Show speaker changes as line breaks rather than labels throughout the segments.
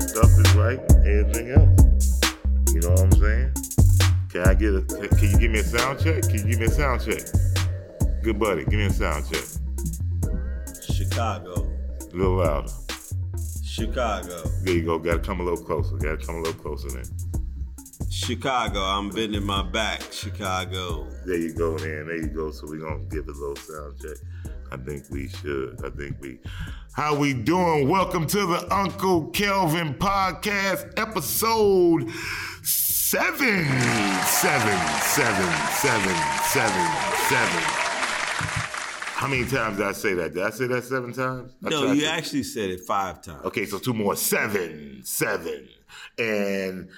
stuff is right and everything else. You know what I'm saying? Can I get a? Can you give me a sound check? Can you give me a sound check? Good buddy, give me a sound check.
Chicago.
A little louder.
Chicago.
There you go. Got to come a little closer. Got to come a little closer then.
Chicago. I'm bending my back. Chicago.
There you go, man. There you go. So we're gonna give it a little sound check. I think we should. I think we. How we doing? Welcome to the Uncle Kelvin podcast, episode seven, seven, seven, seven, seven, seven. How many times did I say that? Did I say that seven times? I
No,
tried
you
to-
actually said it five times.
Okay, so two more. Seven, seven. And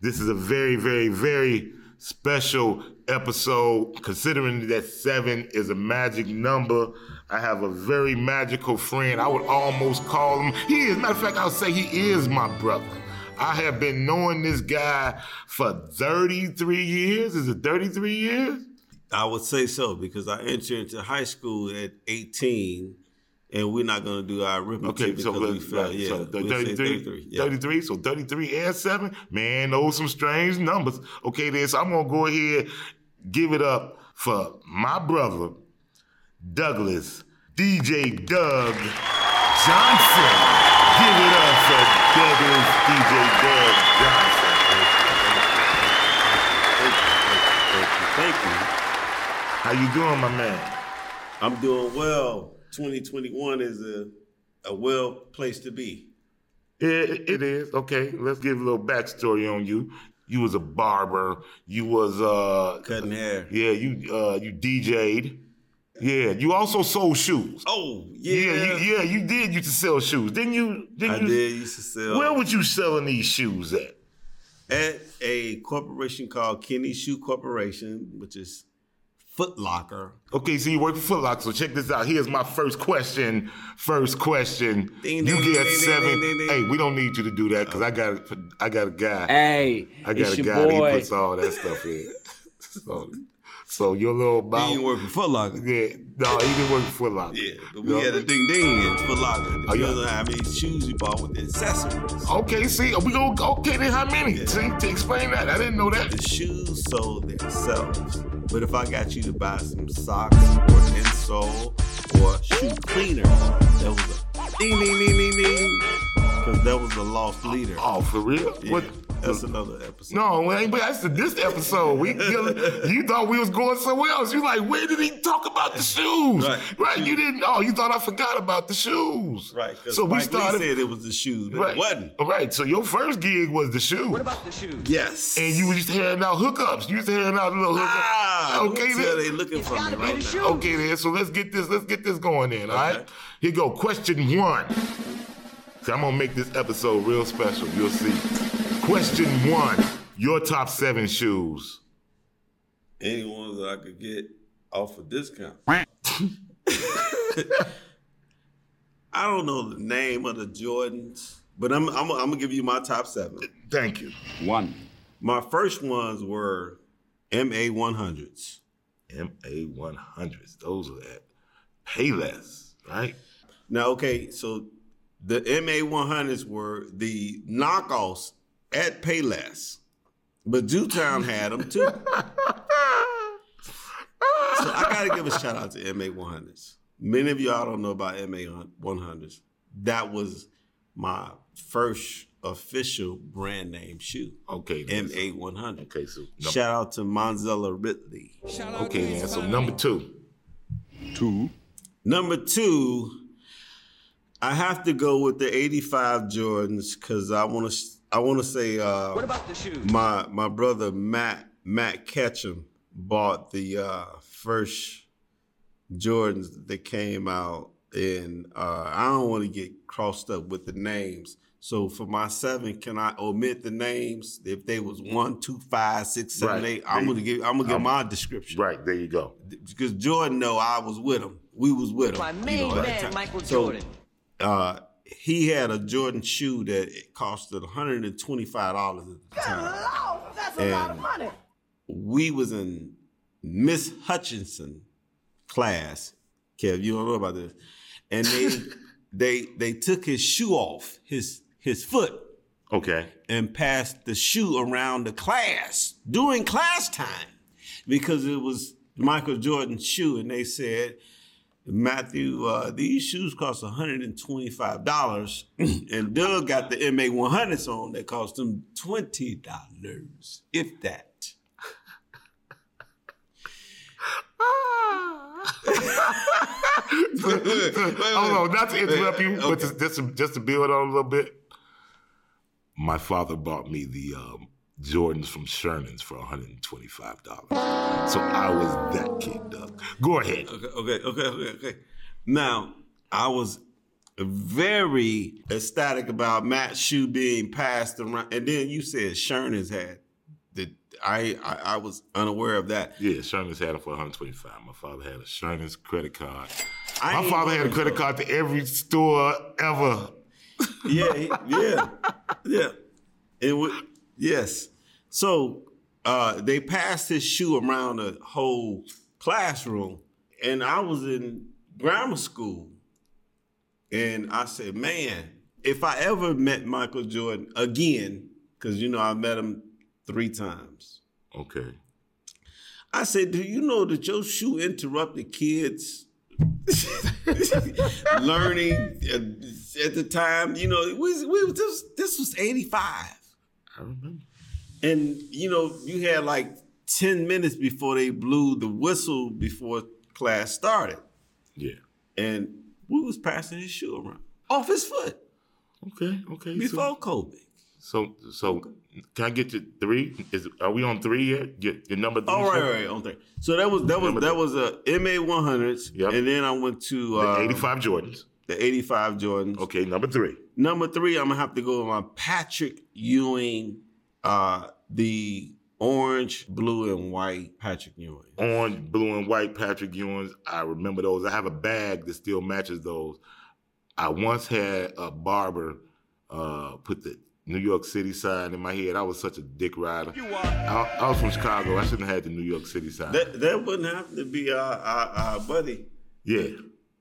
this is a very, very, very special episode. Considering that seven is a magic number, I have a very magical friend. I would almost call him, he is, matter of fact, I would say he is my brother. I have been knowing this guy for 33 years. Is it 33 years?
I would say so because I entered into high school at 18, and we're not going to do our arithmetic
Okay,
because
so,
we
let's,
failed.
right,
yeah,
so
we'll
th- 33,
say 33. Yeah.
33, so 33 and 7, man, those some strange numbers. Okay, then, so I'm going to go ahead, give it up for my brother, Douglas, DJ Doug Johnson. Give it up for Douglas, DJ Doug Johnson.
Thank you.
How you doing, my man?
I'm doing well. 2021 is a a well place to be.
It, it is okay. Let's give a little backstory on you. You was a barber. You was uh,
Cutting hair.
Yeah, you uh you DJ'd. Yeah, you also sold shoes.
Oh
yeah,
yeah,
you, yeah, you did used to sell shoes, didn't you? Didn't
I
you?
did used to sell
Where were you selling these shoes at?
at a corporation called Kenny Shoe Corporation, which is Foot Locker.
Okay, so you work for Foot Locker, so check this out. Here's my first question. First question.
Ding,
you
ding,
get
ding,
seven.
ding, ding, ding,
Hey,
ding.
we don't need you to do that because I got a- I got a guy.
Hey,
I got
it's
a
your
guy. that He
boy.
puts all that stuff in. so, so your little
He ain't
mouth.
working Foot Locker.
Yeah, no, he didn't work for Foot Locker.
Yeah, but we
No.
had a ding ding in Foot Locker.
Oh,
you
yeah.
know how many shoes you bought with the accessories.
Okay, see, we go. Okay, then how many?
Yeah.
See, to explain that, I didn't know that.
The shoes sold themselves. But if I got you to buy some socks or insole or shoe cleaner, that was a ding ding ding ding ding. Because that was the lost leader.
Oh, for real?
Yeah,
What?
That's another episode.
No, it ain't- but that's the, this episode. We dealing- you thought we was going somewhere else. You like, where did he talk about the shoes?
Right.
You didn't. Oh, you thought I forgot about the shoes.
Right. 'cause
So we
Spike Lee
started.
said it was the shoes, but
Right.
it wasn't.
Right. So your first gig was the shoe,
Yes.
and you was just handing out hookups. You was handing out little hookups.
ah,
Okay,
okay.
then.
they looking for me right now.
Okay, then. So let's get this. Let's get this going then. All right. Here go. Question one. So I'm gonna make this episode real special. You'll see. Question one. Your top seven shoes.
Any ones that I could get off a discount. I don't know the name of the Jordans, but I'm I'm, I'm gonna give you my top seven.
Thank you.
One.
My first ones were MA 100s.
MA100s. Those are at Payless, right?
Now, okay, so the MA 100s were the knockoffs at Payless, but Dewtown had them too. So I gotta give a shout out to MA 100s. Many of y'all don't know about MA 100s. That was my first official brand name shoe,
Okay. then.
MA 100.
Okay, so num-
Shout out to Monzella Ridley.
okay, man. So number two.
Two.
Number two, I have to go with the 85 Jordans because I want to. I want to say. Uh, what about the shoes? My my brother Matt Matt Ketchum bought the uh, first Jordans that came out, and uh, I don't want to get crossed up with the names. So for my seven, can I omit the names? If they was one, two, five, six, seven,
Right.
eight, I'm gonna give I'm gonna give my description
Right, there you go.
because Jordan know I was with him. We was with him.
My main
you know, at
man,
the time.
Michael
So,
Jordan.
uh, he had a Jordan shoe that it costed $125 at the time.
that's
a lot of And-
money.
We was in Miss Hutchinson class. Kev, you don't know about this. And they they they took his shoe off, his his foot.
Okay.
and passed the shoe around the class during class time because it was Michael Jordan's shoe, and they said, Matthew, uh, these shoes cost $125, and Doug got the MA100s on that cost him $20, if that.
wait, oh no, not to interrupt you, but just, just, to, just to build on a little bit. My father bought me the um, Jordans from Sherman's for $125. So I was that kid, Doug. Go ahead.
Okay, okay, okay, okay, okay. Now, I was very ecstatic about Matt Shoe being passed around, and then you said Sherner's had. The, I, I I was unaware of that.
Yeah, Sherman's had it for 125 My father had a Sherman's credit card.
I
My
ain't
father had a
worried,
credit card to every store ever.
yeah, he- yeah, yeah. It would, yes. So uh, they passed his shoe around the whole classroom, and I was in grammar school, and I said, "Man, if I ever met Michael Jordan again, because you know I met him three times."
Okay.
I said, "Do you know that your shoe interrupted kids learning uh, at the time? You know, we, we was- this, this was '85,
I remember.
and you know, you had like ten minutes before they blew the whistle before class started,
Yeah.
and we was passing his shoe around off his foot
Okay. Okay.
before Kobe.
So, so, so can I get you three? Is are we on three yet? Your, your number three.
All right,
show?
all right, on thing. So that was that was that was a MA 100s,
Yep.
and then I went to
The
uh,
85 Jordans.
the 85 Jordans.
Okay, number three.
Number three, I'm gonna have to go with my Patrick Ewing, uh, the orange, blue, and white Patrick Ewing.
Orange, blue, and white Patrick Ewing's. I remember those. I have a bag that still matches those. I once had a barber uh, put the New York City sign in my head. I was such a dick rider. You are. I, I was from Chicago. I shouldn't have had the New York City sign.
That that wouldn't happen to be our, our, our buddy.
yeah,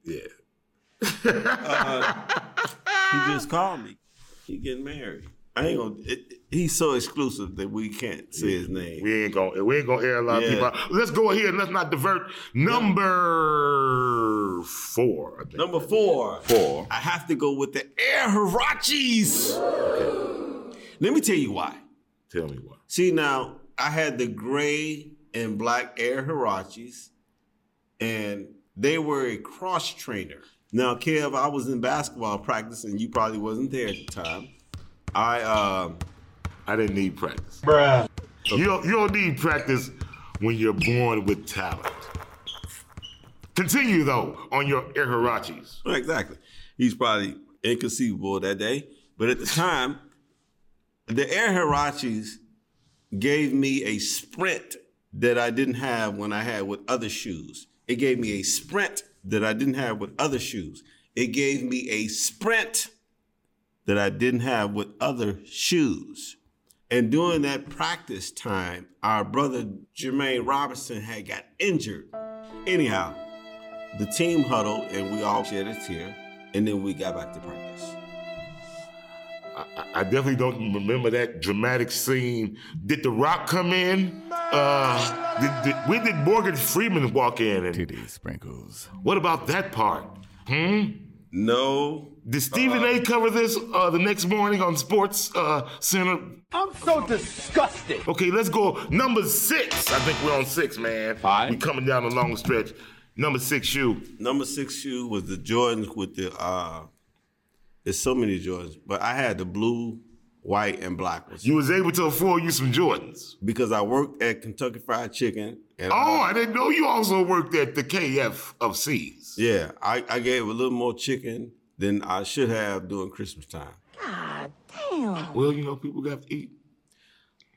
yeah.
He just called me. He getting married. I ain't gonna. It, it- he's so exclusive that we can't say his name.
We ain't gonna we ain't gonna air a lot
Yeah.
of people. out. Let's go ahead and let's not divert. Number four. I think.
Number four.
four.
I have to go with the Air Hirachis. Let me tell you why.
Tell me why.
See now, I had the gray and black Air Hirachis, and they were a cross trainer. Now, Kev, I was in basketball practice, and you probably wasn't there at the time. I um,
I didn't need practice. Bruh. You don't you don't need practice when you're born with talent. Continue though on your air hirachis.
exactly. He's probably inconceivable that day, but at the time, the Air Hirachis gave me a sprint that I didn't have when I had with other shoes. It gave me a sprint that I didn't have with other shoes. It gave me a sprint that I didn't have with other shoes. And during that practice time, our brother Jermaine Robinson had got injured. Anyhow, the team huddled and we all shed a tear, and then we got back to practice.
I, I- I definitely don't remember that dramatic scene. Did The Rock come in? Uh, did, did, when did Morgan Freeman walk in? And
Titty sprinkles.
what about that part? Hmm.
No,
Did Stephen A. cover this uh, the next morning on Sports uh, Center?
I'm so disgusted.
Okay, let's go number six. I think we're on six, man.
Five.
We coming down the long stretch. Number six shoe.
Number six shoe was the Jordans with the uh there's so many Jordans, but I had the blue, white, and black ones.
You was able to afford you some Jordans.
Because I worked at Kentucky Fried Chicken and I-
Oh, I didn't know you also worked at the KF of C's.
yeah, I, I gave a little more chicken than I should have during Christmas time.
Well, you know, people got to eat.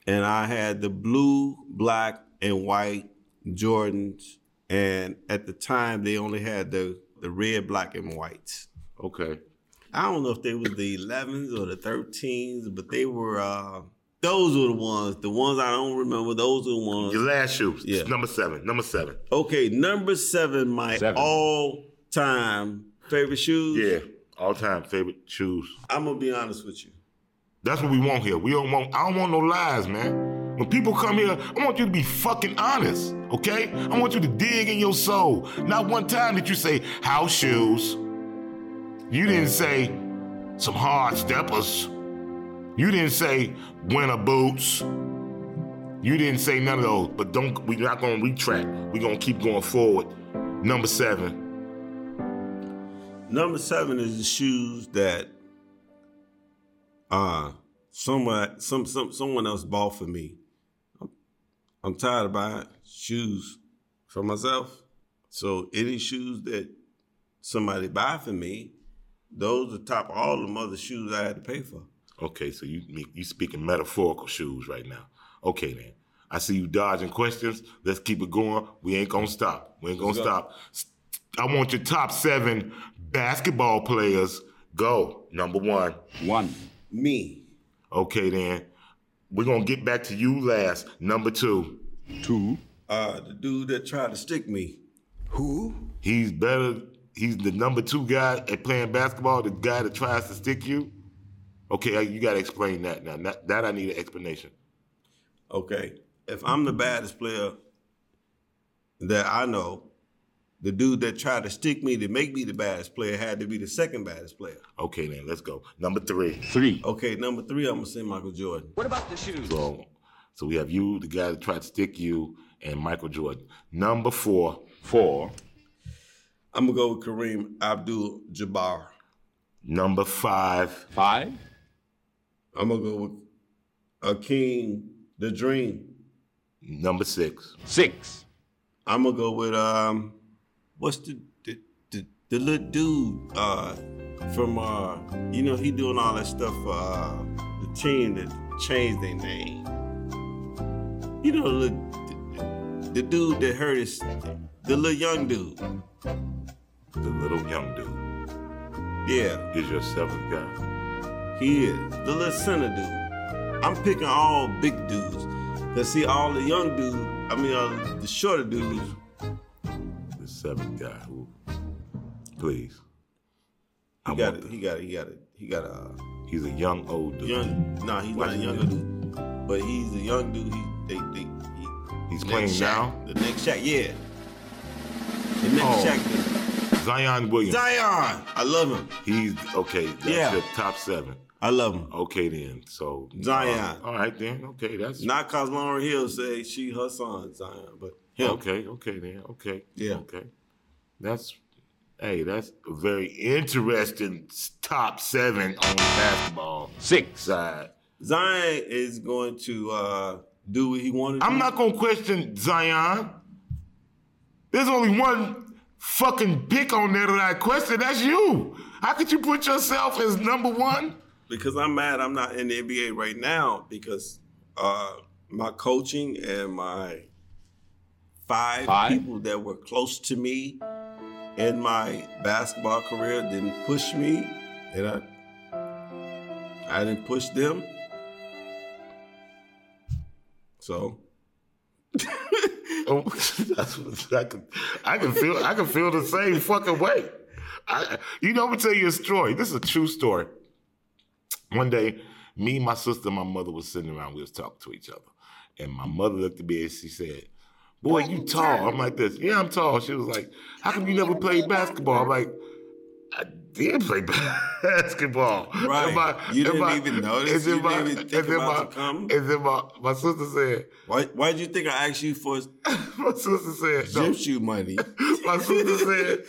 And I had the blue, black, and white Jordans. And at the time they only had the the red, black, and whites.
Okay.
I don't know if they was the 11s or the 13s, but they were. Uh, those were the ones. The ones I don't remember. Those were the ones.
Your last shoes.
Yeah.
Number seven. Number seven.
Okay, number seven, my
Seven.
all-time favorite shoes.
Yeah. All time favorite shoes.
I'm gonna be honest with you.
That's what we want here. We don't want. I don't want no lies, man. When people come here, I want you to be fucking honest, okay? I want you to dig in your soul. Not one time did you say house shoes. You didn't say some hard steppers. You didn't say winter boots. You didn't say none of those. But don't. We're not gonna retract. We're gonna keep going forward. Number seven.
Number seven is the shoes that uh someone some some someone else bought for me. I'm, I'm tired of buying shoes for myself. So any shoes that somebody buy for me, those are top all the mother shoes I had to pay for.
Okay, so you you speaking metaphorical shoes right now. Okay then. I see you dodging questions. Let's keep it going. We ain't gonna stop. We ain't gonna
Let's go.
stop. S- I want your top seven basketball players. Go. Number one.
One.
Me.
Okay then. We're gonna get back to you last. Number two.
Two.
Uh the dude that tried to stick me.
Who?
He's better. He's the number two guy at playing basketball. The guy that tries to stick you. Okay, you gotta explain that now. That, that I need an explanation.
Okay. If I'm the baddest player that I know, the dude that tried to stick me to make me the baddest player had to be the second baddest player.
Okay then, let's go. Number three.
Three.
Okay, number three, I'm gonna say Michael Jordan.
So, so we have you, the guy that tried to stick you, and Michael Jordan. Number four.
Four.
I'm gonna go with Kareem Abdul Jabbar.
Number five.
Five.
I'm gonna go with Akeem the Dream.
Number six.
Six.
I'm gonna go with um, what's the the, the, the little dude uh from uh you know he doing all that stuff for uh, the team that changed their name. You know the, little- the, the dude that hurt his the little young dude.
The little young dude
Yeah,
is your seventh guy.
he is the little center dude. I'm picking all big dudes. Cause see all the young dudes, I mean uh, the shorter dudes.
The seventh guy. Who, please. I
He got
want
it.
the,
He got it. He got it. He got a. Uh,
he's a young old dude.
young. Nah, he's
Why
not a
he
younger dude, but he's a young dude. He they they. He,
he's
next
playing
Shaq,
now.
The next Shaq, yeah. The next
Oh.
Shaq,
Zion
the,
Williams.
Zion. I love him.
He's okay. That's
Yeah.
your top seven.
I love him.
Okay then. So
Zion.
all right then. Okay, that's
Not cause Lauren Hill say she her son Zion, but him.
Okay, okay then. Okay.
Um, Yeah.
Okay. That's hey, that's a very interesting s- top seven on the basketball
Six.
side.
Zion is going to uh, do what he wanted. to
I'm not gonna question Zion. There's only one fucking pick on there that I question. That's you. How could you put yourself as number one?
because I'm mad I'm not in the NBA right now because uh, my coaching and my five,
Five?
people that were close to me in my basketball career didn't push me, and I I didn't push them. So
Oh, that's what I can. I can feel. I can feel the same fucking way. I, you know, I'm gonna tell you a story. This is a true story. One day, me, my sister, and my mother was sitting around. We was talking to each other, and my mother looked at me and she said, "Boy, you tall." I'm like this. Yeah, I'm tall. She was like, "How come you never played basketball?" I'm like, "I did play basketball."
Right.
And my-
You
and
didn't
my-
even notice?
and then
You didn't
my-
even
and
think
then
about
my-
to come?
And then my my sister said,
why why did you think I asked you for
my sister said, no,
gym shoe money?
my sister said,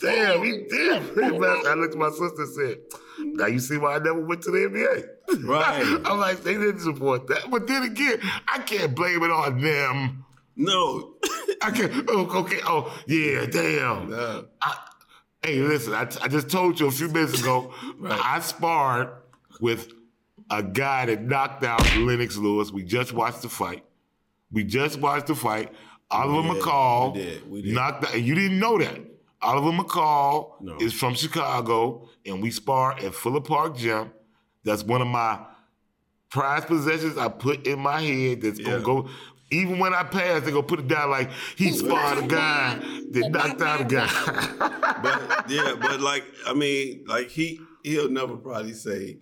damn, he did play basketball. I looked at my sister and said, now you see why I never went to the NBA.
Right.
I'm like, they didn't support that. But then again, I can't blame it on them.
no.
I can't, oh, okay, oh, yeah, damn.
No.
I, hey, listen, I, I just told you a few minutes ago,
Right.
I sparred with a guy that knocked out Lennox Lewis. We just watched the fight. We just watched the fight. Oliver
did,
McCall
we did, we did.
knocked out, and you didn't know that. Oliver McCall
No.
is from Chicago, and we sparred at Fuller Park Gym. That's one of my prized possessions I put in my head that's
Yeah.
gonna go. Even when I pass, they're gonna put it down like he sparred a guy that knocked out a guy.
but yeah, but like I mean, like he he'll never probably say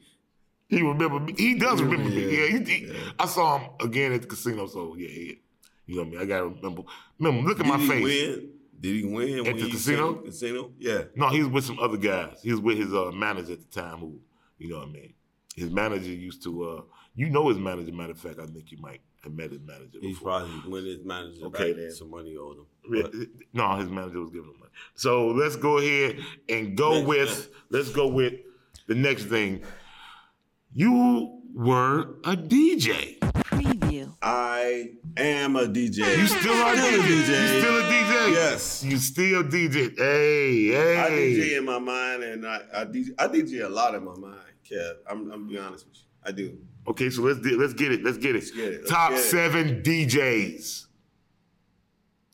He remember me. He does remember me.
Yeah,
Yeah, he, he- I saw him again at the casino. So yeah, yeah. you know what I mean. I gotta remember. Remember, look at my
Did he
face.
Win? Did he win
At
when
the
you
casino?
said Casino? Yeah.
No, he was with some other guys. He was with his uh, manager at the time, who you know what I mean. His manager used to, uh, you know, his manager. Matter of fact, I think you might have met his manager.
He's
before.
probably winning his manager
Okay,
back
then.
some money on him.
Yeah, No, his manager was giving him money. So let's go ahead and go
Next
with let's go with the next thing. You were a DJ.
Preview.
I am a DJ.
You still are
Still a DJ.
You still a DJ.
Yes.
You still DJ. Hey, hey.
I DJ in my mind, and I I DJ, I DJ a lot in my mind. Kev, I'm I'm be honest with you. I do.
Okay, so let's do, let's get it. Let's get it.
get it, let's
Top
get it.
seven DJs.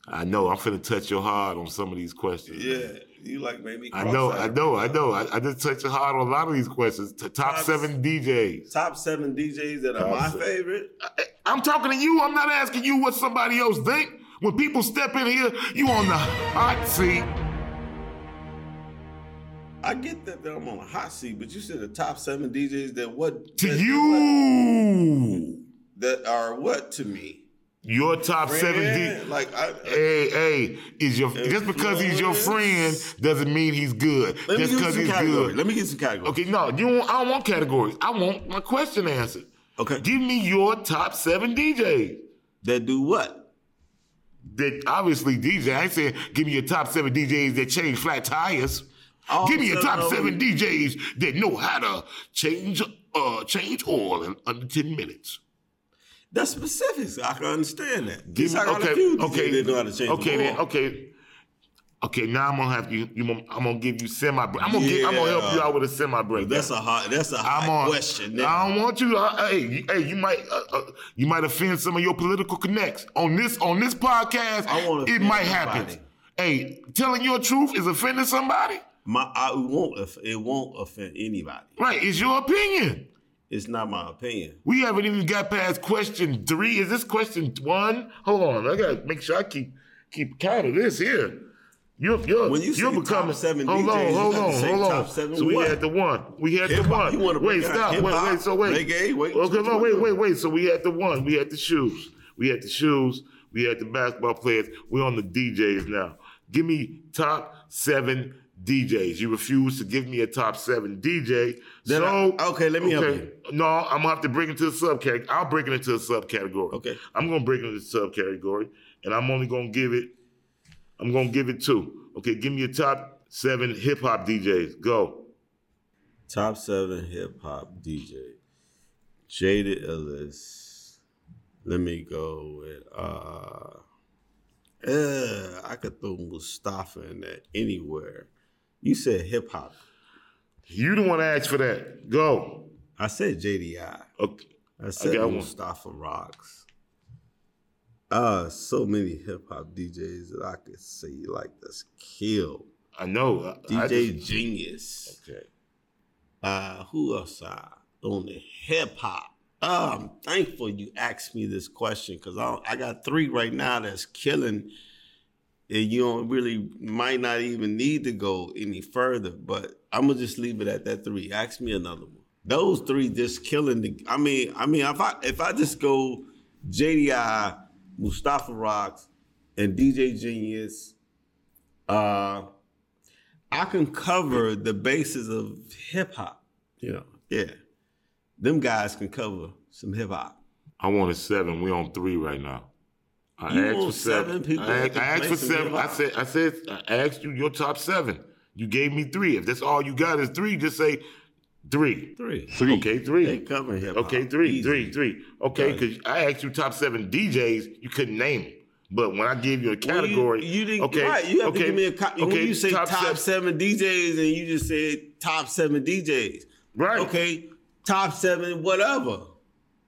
I know I'm finna touch your heart on some of these questions.
Yeah, you like made me.
I know, I
cross-eyed.
know, I know. I, I just touched your heart on a lot of these questions. T- top
Top-
seven DJs.
Top seven DJs that are
Top
my
seven.
favorite.
Eh, I'm talking to you. I'm not asking you what somebody else think. When people step in here, you on the hot seat.
I get that, that I'm on a hot seat, but you said the top seven DJs that what
To
that-
you,
that are what to me.
your top seven
Friend,
D.
Like I,
Hey, hey, is your just because he's your friend
Influence.
doesn't mean he's good.
let me
just
give you
because
some
he's
categories.
good.
Let me give you some categories.
Okay, no, you don't, I don't want categories. I want my question answered.
Okay.
Give me your top seven DJs.
That do what?
That obviously DJ. I ain't saying give me your top seven DJs that change flat tires.
All
give me your
seven
top
of them.
seven DJs that know how to change uh change oil in under ten minutes.
That's specifics. I can understand that.
Give
Yes,
me,
I got a
Mm, okay,
few DJs
okay,
that know how to change
okay,
the
then,
ball.
okay. Okay, now I'm gonna have you. you gonna- I'm gonna give you semi. break. I'm gonna give, I'm gonna help you out with a semi break.
That's a hot. That's a hot
I'm on.
question.
I don't want you. To, uh, hey, you, hey, you might uh, uh, you might offend some of your political connects on this on this podcast.
I won't
it
offend
might happen.
nobody.
Hey, telling your truth is offending somebody.
My, I it won't. off- It won't offend anybody.
Right? It's your opinion.
It's not my opinion.
We haven't even got past question three. Is this question one? Hold on, I gotta make sure I keep keep count of this here. You're, you're,
When you
you're
say top
becoming
seven
hold
DJs,
on,
you
hold
have
on,
to say
hold
top
on.
seven
so we
what?
had the one, we had the
Hip-hop.
one.
You wanna
wait,
bring out
stop, wait,
hip-hop,
wait, so wait,
reggae, wait,
okay,
what
no, wait,
you wanna
wait,
do?
wait. So we had the one, we had the shoes, we had the shoes, we had the basketball players. We're on the DJs now. Give me top seven DJs. You refuse to give me a top seven DJ.
Then
so
I- okay, let me help
okay.
you.
No, I'm gonna have to break it into a subcategory. I'll break it into a subcategory.
Okay.
I'm gonna break it into a subcategory, and I'm only gonna give it. I'm gonna give it two. Okay, give me your top seven hip hop DJs. Go.
Top seven hip hop DJ. Jaded Ellis. Let me go with uh, uh I could throw Mustafa in there anywhere. You said hip hop.
You don't want to ask for that. Go.
I said JDI.
Okay.
I said
got one.
Mustafa rocks. Uh so many hip hop DJs that I could say like that's killed.
I know. I- I
DJ
just-
Genius.
okay.
Uh, who else I on the hip hop? Uh, I'm thankful you asked me this question because I I got three right now that's killing, and you don't really might not even need to go any further. But I'm gonna just leave it at that three. Ask me another one. Those three just killing the. I mean, I mean, if I if I just go JDI, Mustafa Rocks, and DJ Genius, uh. I can cover the bases of hip hop. You know, yeah. Them guys can cover some hip hop.
I wanted seven. We're on three right now. I
You
asked
want
for
seven
seven.
people
I,
that
asked,
can
I asked
play
for
some
seven. I
hip-hop?
said. I said. I asked you your top seven. You gave me three. If that's all you got is three, just say three.
Three.
Okay, three.
They cover hip hop.
Okay, three,
Easy.
three, three. Okay, because I asked you top seven DJs, you couldn't name them. But when I gave you a
Well, you-
category,
you, didn't.
okay,
right. You have
okay,
to give me a. Co- when you say top,
seven-
seven DJs, and you just said top seven DJs.
right?
Okay, top seven, whatever.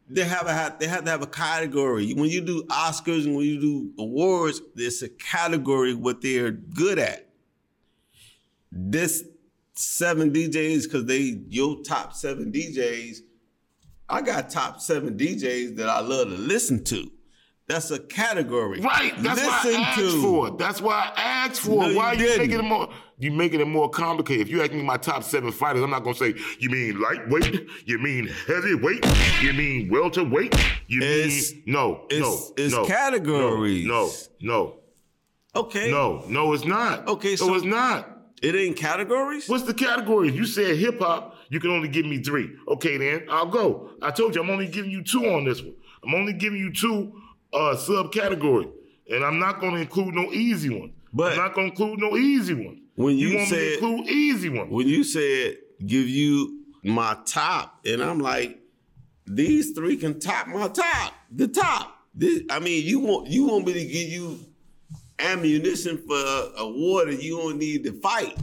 They have a ha- they have to have a category. When you do Oscars and when you do awards, there's a category what they're good at. This seven DJs because they your top seven DJs. I got top seven DJs that I love to listen to. That's a category,
right. That's why I asked for. it. That's why I asked for.
No,
it.
you
why are you
didn't.
taking them on? You making it more complicated. If you ask me my top seven fighters, I'm not gonna say you mean lightweight, you mean heavyweight, you mean welterweight, you
It's-
mean no,
it's-
no,
it's
no,
categories.
No, no,
Okay.
no, no, no, it's not.
Okay,
so,
so-
it's not.
It ain't categories?
What's the category? You said hip hop. You can only give me three. Okay, then I'll go. I told you I'm only giving you two on this one. I'm only giving you two uh, subcategory, and I'm not going to include no easy one.
But-
I'm not going to include no easy one.
When you
want
said-
me to include easy one,
When you said give you my top, and I'm like, these three can top my top. The top. This, I mean, you want you want me to give you ammunition for a, a war that you don't need to fight.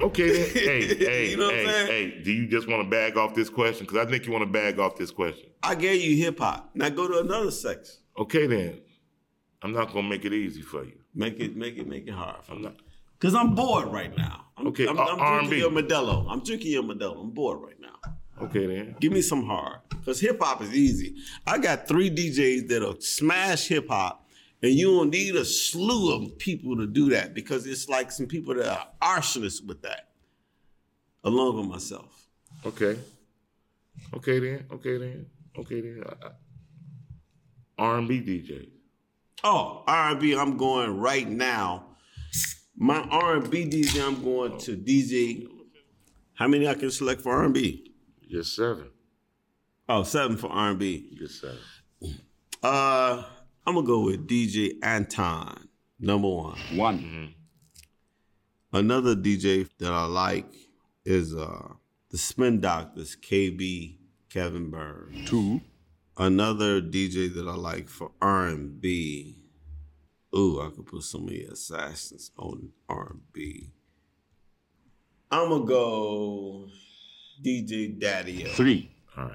okay, then hey, hey,
You know what I'm
hey,
saying?
hey. Do you just want to bag off this question? Because I think you want to bag off this question.
I gave you hip hop. Now go to another section.
Okay, then I'm not going to make it easy for you.
Make it, make it, make it hard for
I'm
me.
not.
Cause I'm bored right now. I'm,
Okay,
I'm,
uh,
I'm
R&B.
drinking your Modelo. I'm drinking your Modelo. I'm bored right now.
Okay, then.
Give me some hard. Cause hip hop is easy. I got three DJs that'll smash hip hop, and you don't need a slew of people to do that because it's like some people that are arsonists with that, along with myself.
Okay. Okay then. Okay then. Okay then. R and B DJ.
Oh, R&B, I'm going right now. My R&B DJ, I'm going to DJ. How many I can select for R&B?
You're seven.
Oh, seven for R&B.
You're seven.
Uh, I'm gonna go with DJ Anton, number one.
One.
Another DJ that I like is uh the Spin Doctors, KB Kevin Burns.
Two.
Another DJ that I like for R&B. Ooh, I could put so many assassins on R&B. I'm gonna go DJ Daddy.
Three.
All right.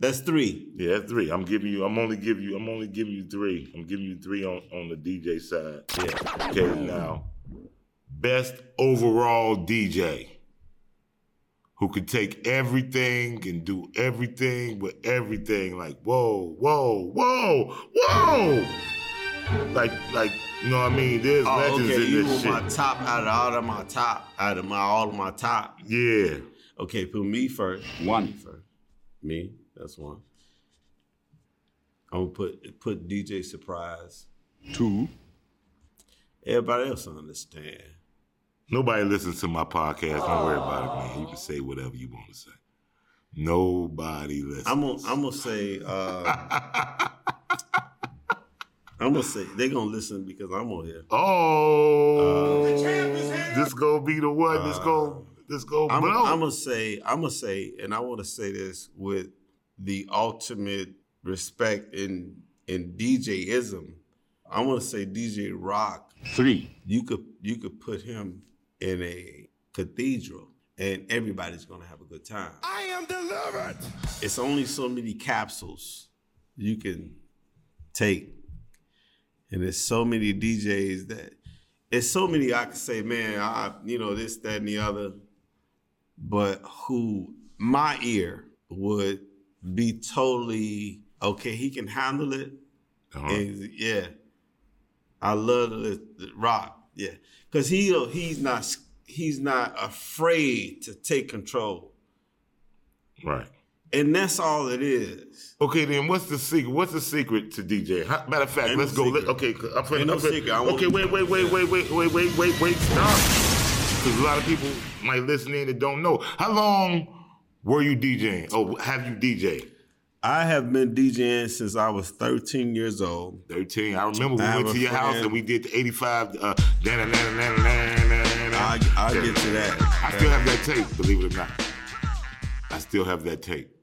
That's three.
Yeah, that's three. I'm giving you. I'm only giving you. I'm only giving you three. I'm giving you three on on the DJ side. Yeah. Okay. Now, best overall DJ who could take everything and do everything with everything. Like whoa, whoa, whoa, whoa. Like like you know what I mean? There's
Oh,
legends
okay,
in
you
this
were
shit.
my top out of all of my top out of my all of my top.
yeah.
Okay, put me first.
One.
Me first. Me. That's one. I'm gonna put put DJ Surprise.
Two.
Everybody else understand.
Nobody listens to my podcast. Don't worry about it, man. You can say whatever you want to say. Nobody listens.
I'm gonna I'm gonna say. Uh, I'm gonna say they gonna listen because I'm on here. Uh,
Oh, this gonna be the one. this gonna this gonna
I'm,
blow.
I'm gonna say. I'm gonna say, and I want to say this with the ultimate respect in in DJism. I want to say DJ Rock
Three.
you could you could put him in a cathedral and everybody's gonna have a good time. I am delivered. It's only so many capsules you can take. And there's so many DJs that it's so many I could say, man, I you know, this, that, and the other. But who my ear would be totally okay, he can handle it.
Uh-huh.
And, yeah, I love the, the rock. Yeah, because he he's not he's not afraid to take control,
Right.
and that's all it is.
Okay, then what's the secret? What's the secret to DJ? How, matter of fact,
Ain't no
let's go. Let,
secret.
okay, 'cause I'm finna.
Ain't no
I'm finna-
secret. I
okay,
wanna-
wait, wait, wait,
yeah.
wait, wait, wait, wait, wait, wait. Stop. Because a lot of people might listen in that don't know. How long were you DJing? Oh, have you DJed?
I have been DJing since I was 13 years old.
13. I remember we
I
went
have
to
a
your house
friend-
and we did the 85. Uh, na- na- na- na- na- na- na-
I I get to that.
I still have that tape, believe it or not. I still have that tape.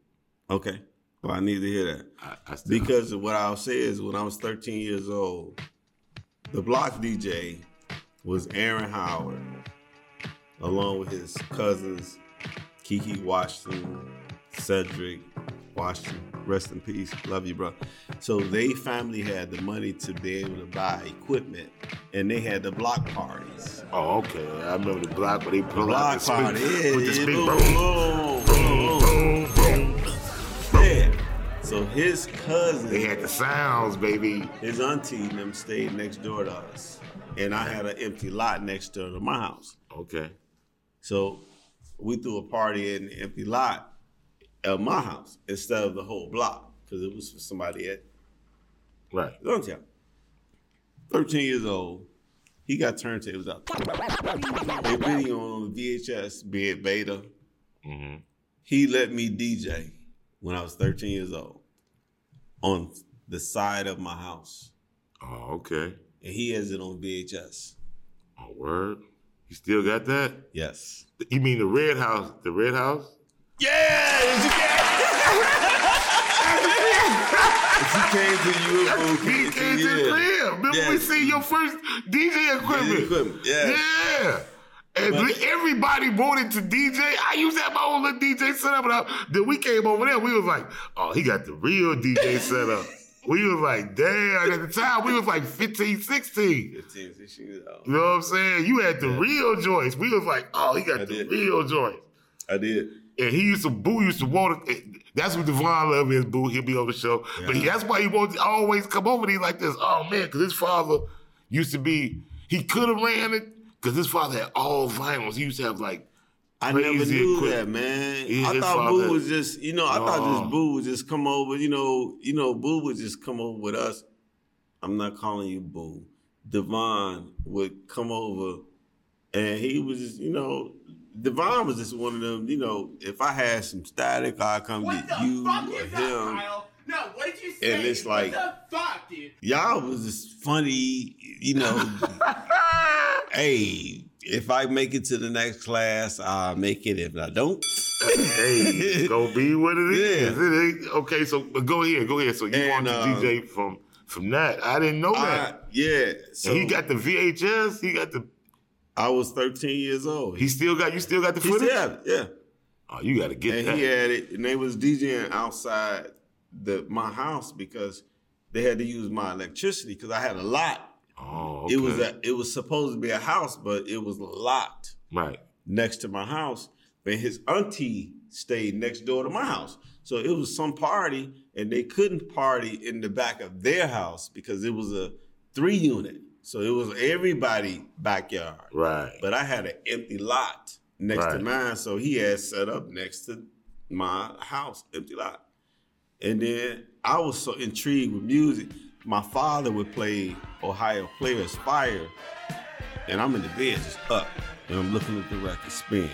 Okay, well I need to hear that
I, I still
because what I'll say is when I was 13 years old, the block DJ was Aaron Howard, along with his cousins Kiki Washington, Cedric Washington. Rest in peace. Love you, bro. So they family had the money to be able to buy equipment, and they had the block parties.
Oh, okay. I remember the block where they pull out
Block
the spin,
party. Yeah,
with the
yeah,
spin boom,
boom, boom,
boom,
boom,
boom, boom.
boom. Yeah. So his cousin.
They had the sounds, baby.
His auntie and them stayed next door to us, and I had an empty lot next door to my house.
Okay.
So we threw a party in the empty lot at my house instead of the whole block because it was for somebody at
Right.
Longtown. 13 years old. He got turntables out. They video on the VHS, be it beta.
hmm
He let me DJ when I was 13 years old on the side of my house.
Oh, okay.
And he has it on VHS.
Oh, word. You still got that?
Yes.
You mean the red house? The red house?
If you came to UFO,
He
Kids,
came to the
yeah.
crib. Remember we
Yes.
seen your first DJ
Yeah,
equipment?
equipment,
Yeah.
yes.
And we- everybody wanted to DJ. I used to have my own little DJ setup. And I, then we came over there. We was like, oh, he got the real DJ setup. We was like, damn. At the time, we was like 15, 16.
15, 16 years old.
You know what I'm saying? You had the real joints. We was like, oh, he got
I
the
did.
real joints.
I did.
And he used to boo, used to want to. That's what Devon Love is, boo. He'll be on the show. But he, that's why he won't always come over to you like this. Oh, man, because his father used to be, he could have ran it because his father had all vinyls. He used to have like,
I
Crazy
never knew that,
equipment.
man.
Yeah,
I
his
thought
father-
Boo was just, you know, I thought
Oh.
just Boo would just come over, you know, you know, Boo would just come over with us. I'm not calling you Boo. Devon would come over, and he was, just, you know, Devon was just one of them, you know. If I had some static, I'd come
What the
get you
fuck
or
is
him.
that, Kyle? No, what did you say?
And it's like-
what the fuck, dude?
y'all was just funny, you know. hey, if I make it to the next class, I make it. If I don't,
hey, go be what it is.
Yeah.
It ain't- okay, so but go ahead, go ahead. So you
And,
want to
uh,
DJ from from that? I didn't know
I,
that.
yeah. So
and he got the VHS. He got the.
I was 13 years old.
He still got. You still got the
he
footage.
still had it, yeah.
Oh, you got to get
And
that.
he had it, and they was DJing outside the my house because they had to use my electricity because I had a lot.
Oh, okay.
It was a, it was supposed to be a house, but it was locked.
right.
next to my house, but his auntie stayed next door to my house. So it was some party, and they couldn't party in the back of their house because it was a three unit. So it was everybody backyard.
Right.
But I had an empty lot next to
Right.
mine, so he had set up next to my house, empty lot. And then I was so intrigued with music. My father would play Ohio Players Fire, and I'm in the bed just up, and I'm looking at the record spin.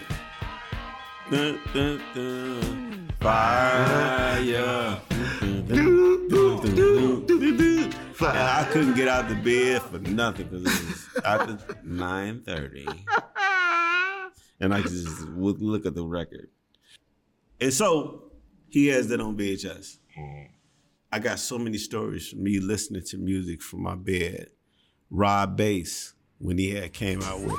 Dun, dun, dun. Fire. Dun, dun,
Do, do,
dun,
do,
dun,
do.
dun, dun.
Fire.
And I couldn't get out the bed for nothing because it was after 9.30. And I just would look at the record. And so he has that on VHS. I got so many stories from me listening to music from my bed. Rob Bass, when he had came out with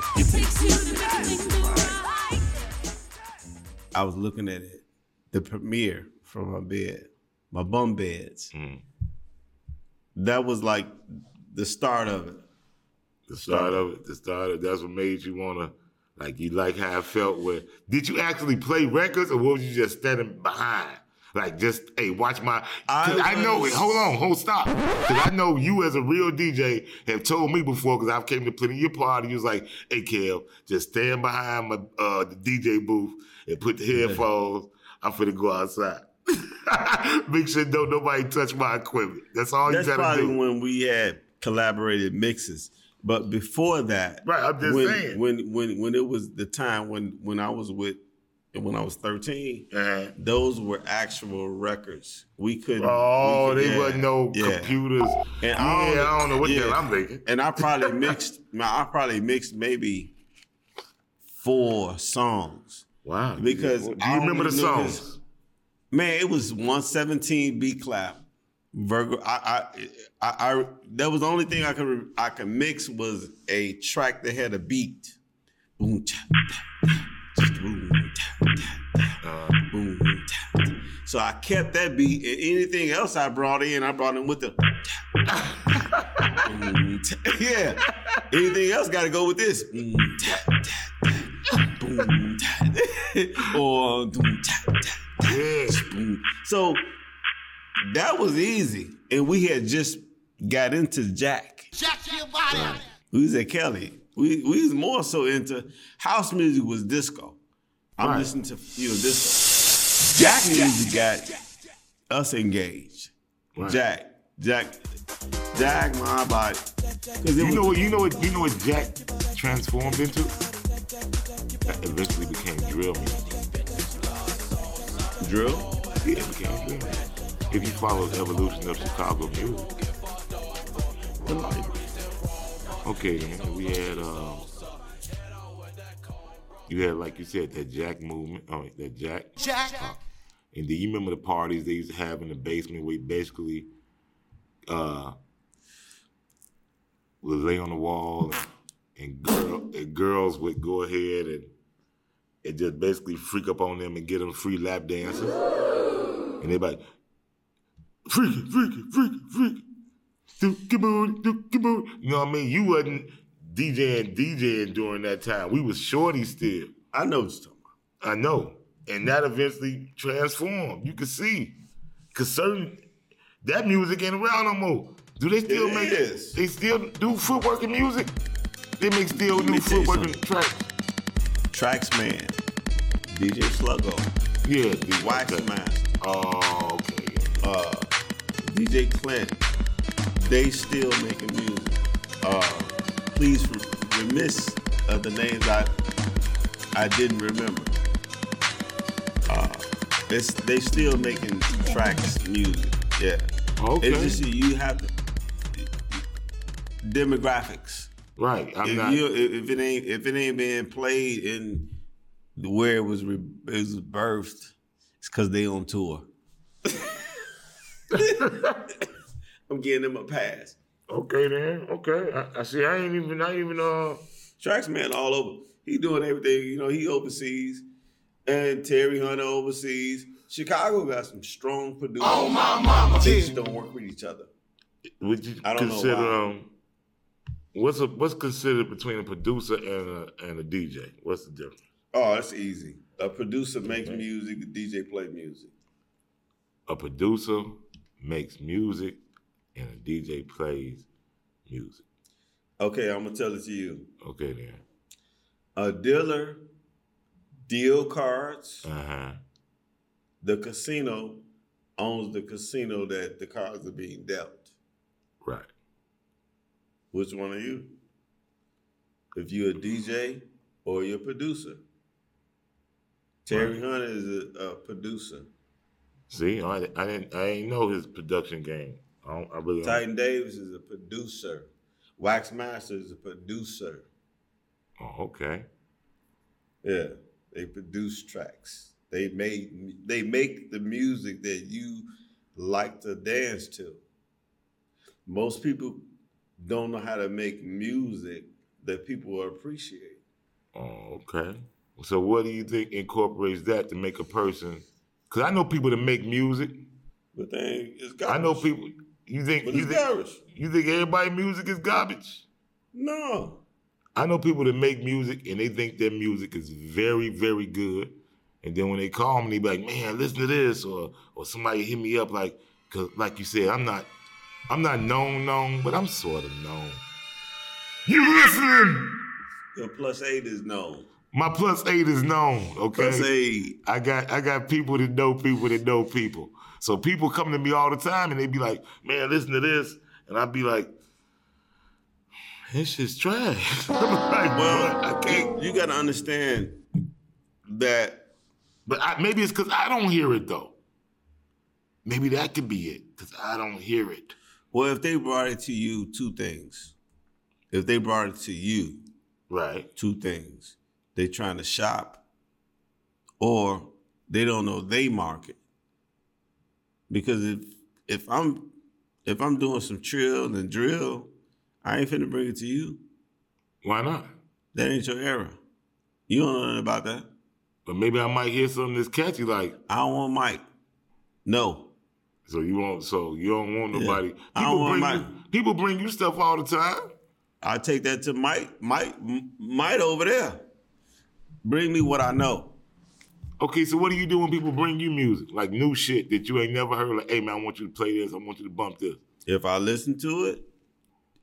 I was looking at it, the premiere from my bed, my bum beds. That was like the start of it.
The start of it. The start of that's what made you wanna like you like how it felt where did you actually play records or was you just standing behind? Like just hey, watch my. 'cause I,
I
know it.
was-
Hold on, hold stop. Because I know you as a real DJ have told me before. Because I've came to plenty of your party. You was like, "Hey, Kev, just stand behind my uh, the DJ booth and put the headphones. I'm finna go outside. Make sure don't nobody touch my equipment. That's all
That's
you gotta
probably
do.
when we had collaborated mixes. But before that,
Right, I'm just
when,
saying.
when when when it was the time when when I was with and when I was thirteen,
Uh-huh.
those were actual records. We couldn't.
Oh,
we could-
they
yeah,
wasn't no
yeah.
computers.
And
yeah, I don't, know what the
yeah.
hell I'm thinking.
and I probably mixed. I probably mixed maybe four songs.
Wow.
Because
do
I
you remember the
only knew this-
songs?
Man, it was 117 B clap. Virgo, I, I, I, I, that was the only thing I could, I could mix was a track that had a beat. Boom, tap, tap, tap, just boom, tap, tap, tap, uh, boom, tap, tap. So I kept that beat, and anything else I brought in, I brought in with the. tap, tap, boom, tap. yeah, anything else got to go with this. Boom, tap, tap, tap, boom, tap. or boom, tap, tap, tap.
Yeah.
So that was easy. And we had just got into Jack.
Jack your body.
We was at Kelly. We we was more so into house music was disco. I'm
Right.
listening to you know, disco. Jack music got us engaged.
Right.
Jack, Jack, Jack, my body. 'Cause it
You
was-
know what? You know what? You know what? Jack transformed into. That eventually became drill music.
drill.
Yeah, it became drill. music. If you follow the evolution of Chicago music, okay, then we had. Um, you had, like you said, that Jack movement. Oh, that Jack. Jack. and do you remember the parties they used to have in the basement where basically uh would lay on the wall and, and girl and girls would go ahead and and just basically freak up on them and get them free lap dances. And they like freaky, freaky, freaky, freaky. Dookie booty, dookie booty. You know what I mean? You wasn't DJing, DJing during that time. We was shorty still.
I know what you're talking about.
I know. And that eventually transformed. You can see. Cause certain that music ain't around no more. Do they still
It
make
is.
they still do footwork and music? They make still do
me tell you
footwork
something.
and tracks.
Tracks man, DJ Sluggo,
Yeah, the
Waxman,
Oh, okay.
uh, DJ Clint. They still making music. Uh, please re- remiss of the names I I didn't remember. Uh, it's they still making tracks music. Yeah.
Okay.
It's just you have to, demographics.
Right. I'm
if
not
you if if it ain't if it ain't being played in where it was re, it was birthed, it's because they on tour. I'm getting them a pass.
Okay then. Okay. I, I see I ain't even I even uh
Tracks man all over. He doing everything. You know he overseas, and Terry Hunter overseas. Chicago got some strong producers. Oh my mama! They just don't work with each other.
would you
I don't know
consider
why.
um what's a, what's considered between a producer and a and a DJ? What's the difference?
Oh, that's easy. A producer makes music. The DJ play music.
a producer makes music and a DJ plays music.
Okay, I'm gonna tell it to you.
Okay then.
a dealer, deal cards.
Uh huh.
The casino owns the casino that the cards are being dealt.
Right.
Which one are you? If you're a DJ or you're a producer. Terry Hunter is a, a producer.
See, I, I didn't I ain't know his production game. I, don't, I really don't.
Titan Davis is a producer. Wax Master is a producer.
Oh, okay.
Yeah, they produce tracks. They make they make the music that you like to dance to. Most people don't know how to make music that people will appreciate.
Oh, okay. So what do you think incorporates that to make a person? Because I know people that make music.
But they it's garbage.
I know people. You think
But
you
it's
think,
garbage.
you think everybody music is garbage?
No.
I know people that make music and they think their music is very, very good. And then when they call me, they be like, "Man, listen to this," or or somebody hit me up like, "Cause like you said, I'm not, I'm not known known, but I'm sort of known." You listening?
Your plus eight is no.
My plus eight is known. Okay.
Plus eight.
I got I got people that know people that know people. So people come to me all the time and they be like, man, listen to this. And I be like, this shit's trash. I'm like, well, I can't.
You gotta understand that
But I, maybe it's because I don't hear it though. Maybe that could be it because I don't hear it.
well if they brought it to you, two things. If they brought it to you,
Right.
two things. They trying to shop or they don't know they market. Because if if I'm if I'm doing some trill and drill, I ain't finna bring it to you.
Why not?
That ain't your era. You don't know nothing about that.
But maybe I might hear something that's catchy. Like,
I don't want Mike. No.
so you won't. So you don't want nobody.
I don't
bring
want my-
you, people bring you stuff all the time.
I take that to Mike, Mike, M- Mike over there. Bring me what I know.
Okay, so what do you do when people bring you music? Like new shit that you ain't never heard? Like, hey man, I want you to play this, I want you to bump this.
If I listen to it,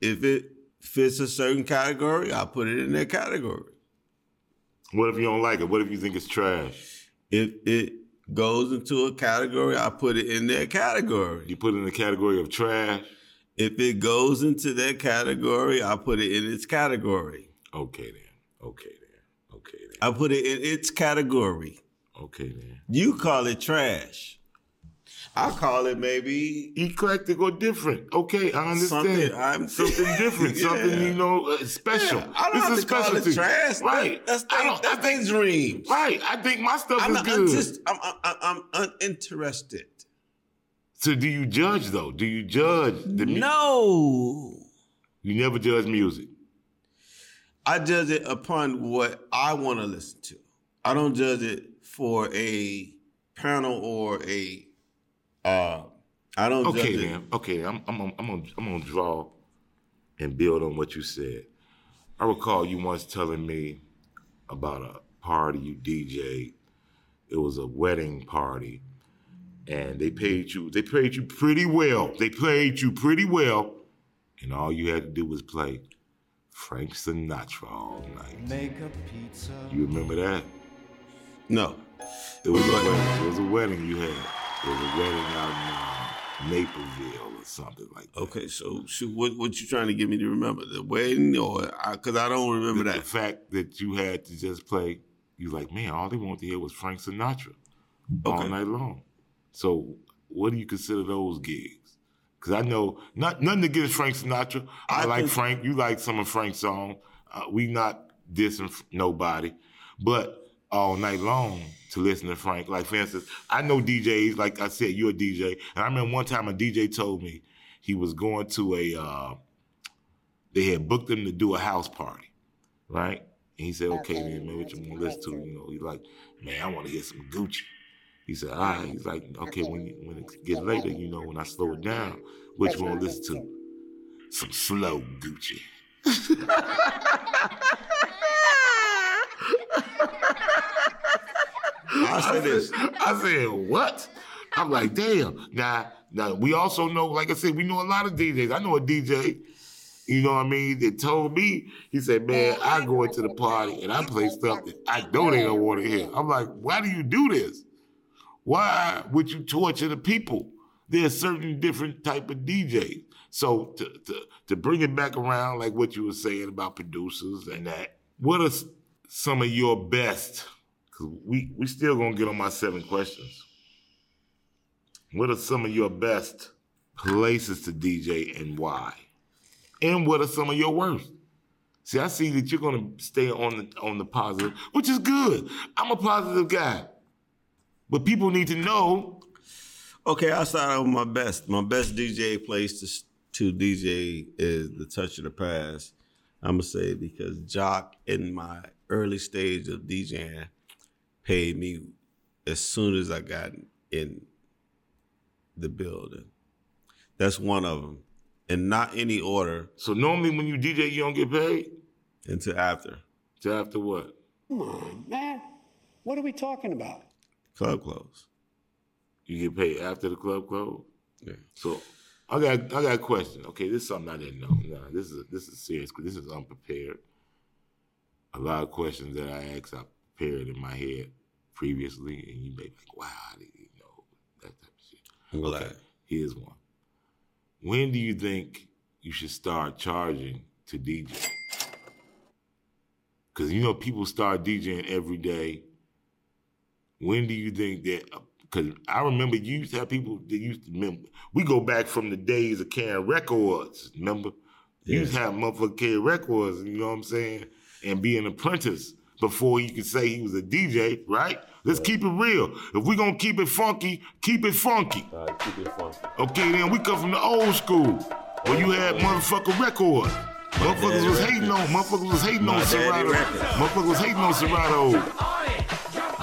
if it fits a certain category, I put it in that category.
What if you don't like it? What if you think it's trash?
If it goes into a category, I put it in that category.
You put it in the category of trash.
If it goes into that category, I put it in its category.
Okay then. Okay then. Okay then.
I put it in its category.
Okay then.
You call it trash. I call it maybe
Eclectic or different. Okay, I understand.
Something- I'm-
Something different.
Yeah.
Something you know uh, special.
Yeah, I don't
this
have
is
to call
specialty.
it trash.
Right.
That's
I
thing,
don't.
that's
I think,
their dreams.
right. I think my stuff
I'm
is
not
good.
untis- I'm, I'm, I'm uninterested.
so do you judge though? Do you judge the mu-
No.
You never judge music.
I judge it upon what I want to listen to. I don't judge it for a panel or a. Uh, I don't
Okay
judge it.
then. Okay, I'm I'm I'm I'm gonna, I'm gonna draw and build on what you said. I recall you once telling me about a party you DJ. It was a wedding party, and they paid you. They paid you pretty well. They played you pretty well, and all you had to do was play Frank Sinatra all night.
Make a pizza.
You remember that?
No.
It was a wedding. It was a wedding you had. It was a wedding out in uh, Naperville or something like that.
Okay, so shoot, what what you trying to get me to remember? The wedding, or because I, don't remember
the,
that.
the fact that you had to just play, you like, man, all they want to hear was Frank Sinatra all
Okay.
night long. So, what do you consider those gigs? Because I know not nothing against Frank Sinatra. I,
I
like
think-
Frank. You like some of Frank's songs. Uh, we not dissing f- nobody, but all night long to listen to Frank. Like for instance, I know DJs. Like I said, you're a DJ, and I remember one time a DJ told me he was going to a. Uh, they had booked him to do a house party, right? And he said, okay, man, man, what you want to listen to? You know, he's like, man, I want to hear some Gucci. He said, all right. He's like, okay, when you, when it get later, you know, when I slow it down, what you want to listen to? Some slow Gucci.
I say this.
I said, what? I'm like, damn. Now, now we also know, like I said, we know a lot of DJs. I know a DJ, you know what I mean, that told me, he said, man, I go into the party and I play stuff that I know they don't want to hear. I'm like, why do you do this? Why would you torture the people? There's certain different type of DJs. So to, to to bring it back around, like what you were saying about producers and that, what are s- some of your best Cause we we still gonna get on my seven questions. What are some of your best places to DJ and why? And what are some of your worst? See, I see that you're gonna stay on the on the positive, which is good. I'm a positive guy, but people need to know.
Okay, I'll start out with my best. My best DJ place to, s- to DJ is the Touch of the Past. I'm going to say it because Jock, in my early stage of DJing, paid me as soon as I got in the building. That's one of them. And not any order
So normally when you DJ, you don't get paid.
until after
Till after what?
Man, what are we talking about?
club close.
You get paid after the club close.
Yeah.
So I got I got a question. Okay, this is something I didn't know. Nah, this is this is serious. This is unprepared. A lot of questions that I asked I prepared in my head previously, and you may be like, "Wow, I didn't even know that type of shit."
I'm glad.
Here's one. When do you think you should start charging to DJ? Because you know people start DJing every day. When do you think that? Because I remember you used to have people that used to remember. We go back from the days of carrying records. Remember, you used to have motherfucker carry records. You know what I'm saying? And be an apprentice before you could say he was a DJ, right? Let's keep it real. If we gonna keep it funky, keep it funky. Okay, then we come from the old school where you had motherfucker records. Motherfuckers was hating on, motherfuckers was hating
My
on
daddy
Serato.
records.
Motherfuckers was hating on Serato.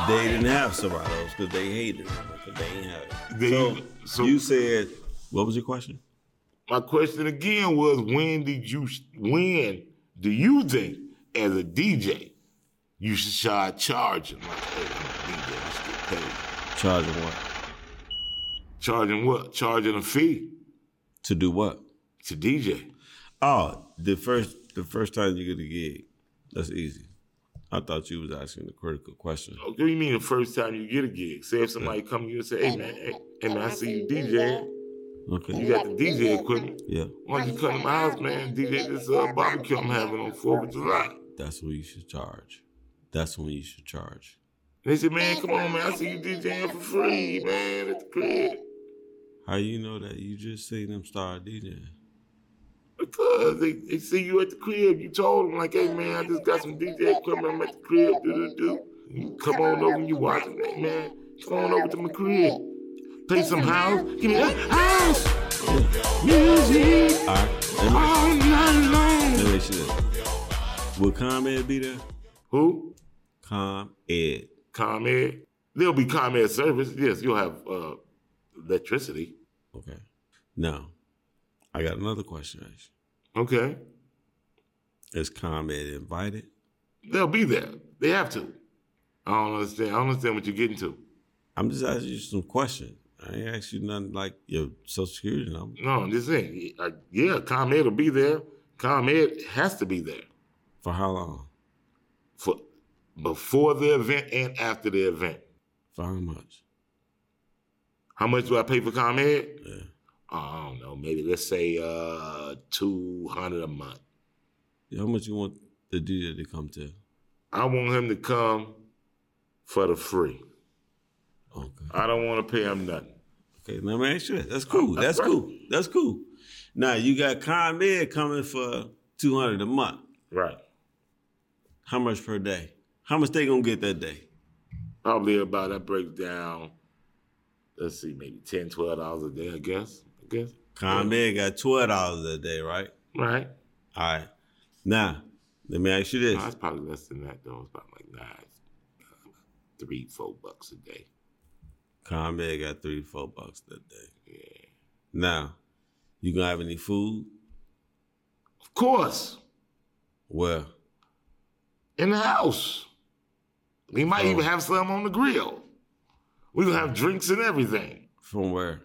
They didn't have Serratos because they hated them. Because they didn't have it.
They-
so,
so-
you said, what was your question?
My question again was, when did you? When do you think, as a DJ, you should start charging? Like, hey, I'm a DJ, let's get paid.
Charging what?
Charging what? Charging a fee
To do what?
to DJ.
Oh, the first the first time you get a gig, that's easy. I thought you was asking the critical question.
What do you mean the first time you get a gig? Say if somebody come to you and say, hey man, hey, hey man, I see you DJ. You
Okay.
got the DJ equipment.
Yeah,
Why don't you come to my house, man, DJ this uh, barbecue I'm having on 4th of July?
that's when you should charge. That's when you should charge.
They said, man, come on, man, I see you DJing for free, man, at the crib.
How you know that? You just seen them start DJing.
Because they, they see you at the crib. You told them, like, hey, man, I just got some DJ equipment. I'm at the crib. Do, do, do. You come on over and you watch it. Hey, man, come on over to my crib. Play some house. Give me that house music
All right, let me,
all night long.
let me ask you this. Will ComEd be there?
Who?
ComEd.
ComEd. There'll be ComEd service. Yes, you'll have uh, electricity.
Okay. Now, I got another question. Actually,
Okay.
is ComEd invited?
They'll be there. They have to. I don't understand. I don't understand what you're getting to.
I'm just asking you some questions. I ain't asking you nothing like your social security number.
No, I'm just saying. I, yeah, ComEd will be there. ComEd has to be there
For how long?
for before the event and after the event.
For how much?
How much do I pay for ComEd?
Yeah.
I don't know. Maybe let's say uh, two hundred a month.
How much you want the DJ to come to?
I want him to come for the free.
Okay.
I don't want to pay him nothing.
Okay, let me ask you that. That's cool. That's, cool. That's cool. Now you got ComEd coming for two hundred a month.
Right.
How much per day? How much they gonna get that day?
Probably about that breaks down. Let's see, maybe 10 dollars a day. I guess. I guess.
ComEd got twelve dollars a day, right?
Right.
All right. Now let me ask you
No,
this.
it's probably less than that though. It's about like nine, three, four bucks a day.
ComEd got three, four bucks that day.
Yeah.
Now you gonna have any food?
Of course,
Well,
in the house. We might even have some on the grill. We're gonna have drinks and everything
from where?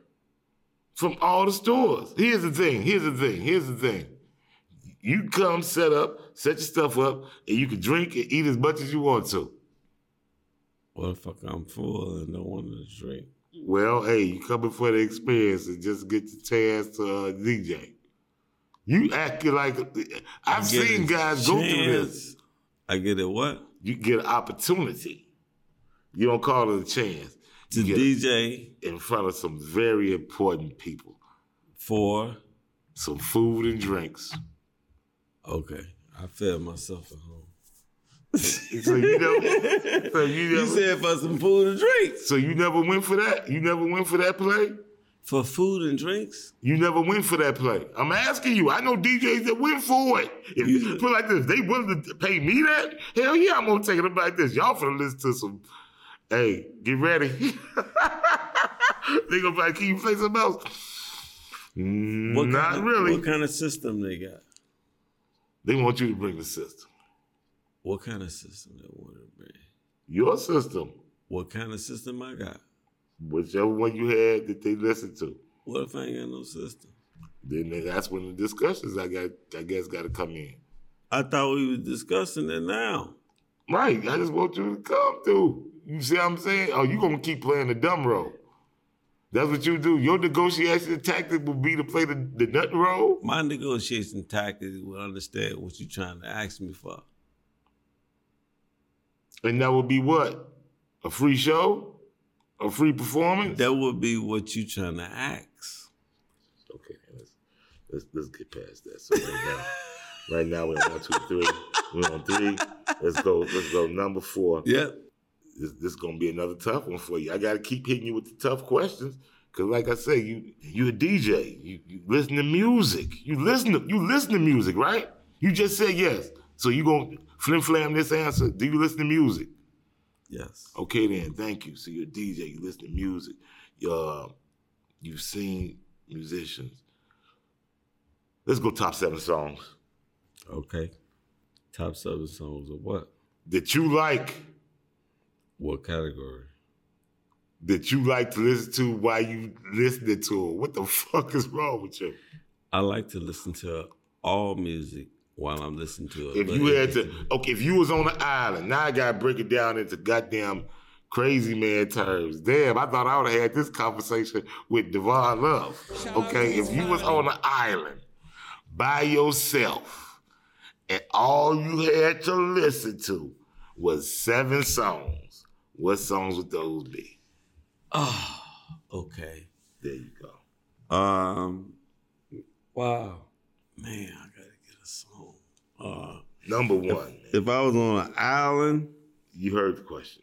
from all the stores. Here's the thing. Here's the thing. Here's the thing. You come set up, set your stuff up, and you can drink and eat as much as you want to.
What if I'm full and don't want to drink?
Well, hey, you coming for the experience and just get your chance to uh, DJ. You acting like I've
Get
seen
a
guys go through this.
chance. I get it. What
You get an opportunity. You don't call it a chance.
to
You get
DJ
in front of some very important people,
for?
some food and drinks.
Okay, I fed myself at home.
So you never, so you
You
never,
said for some food and drinks.
so you never went for that. You never went for that play.
For food and drinks?
You never went for that play. I'm asking you. I know DJs that went for it. If you put it like this, they willing to pay me that? Hell yeah, I'm gonna take it up like this. Y'all finna listen to some. Hey, get ready. they gonna be like, can you play something else?
What
Not
kind of-
really.
What kind of system they got?
They want you to bring the system.
What kind of system they want to bring?
Your system,
What kind of system I got?
whichever one you had that they listened to.
What if I ain't got no system?
Then that's when the discussions I got I guess gotta come in.
I thought we was discussing it now.
Right. I just want you to come through. You see what I'm saying? Oh, you gonna keep playing the dumb role. That's what you do. Your negotiation tactic would be to play the, the nut role.
My negotiation tactics would understand what you're trying to ask me for.
And that would be what? A free show? A free performance?
That would be what you trying to ask.
Okay, let's let's, let's get past that. So right now, right now we're on one, two, three. We're on three. Let's go, let's go number four.
Yep.
this, this is gonna be another tough one for you. I gotta keep hitting you with the tough questions. Cause like I say, you you a DJ. You, you listen to music. You listen to you listen to music, right? You just said yes. So you gonna flim flam this answer. Do you listen to music?
Yes.
Okay then, thank you. So you're a DJ, you listen to music. You, uh, you've seen musicians. Let's go top seven songs
Okay. Top seven songs of what?
that you like,
What category?
that you like to listen to while you listening to it. What the fuck is wrong with you?
I like to listen to all music while I'm listening to it.
If
but
you
it-
had to, okay, if you was on the island, now I gotta break it down into goddamn crazy man terms. Damn, I thought I would have had this conversation with Devon Love. Okay, if you was on the island by yourself and all you had to listen to was seven songs, what songs would those be?
okay.
There you go.
Um,
Wow.
man, I gotta get a song.
Number one, man.
If I was on an island
you heard the question,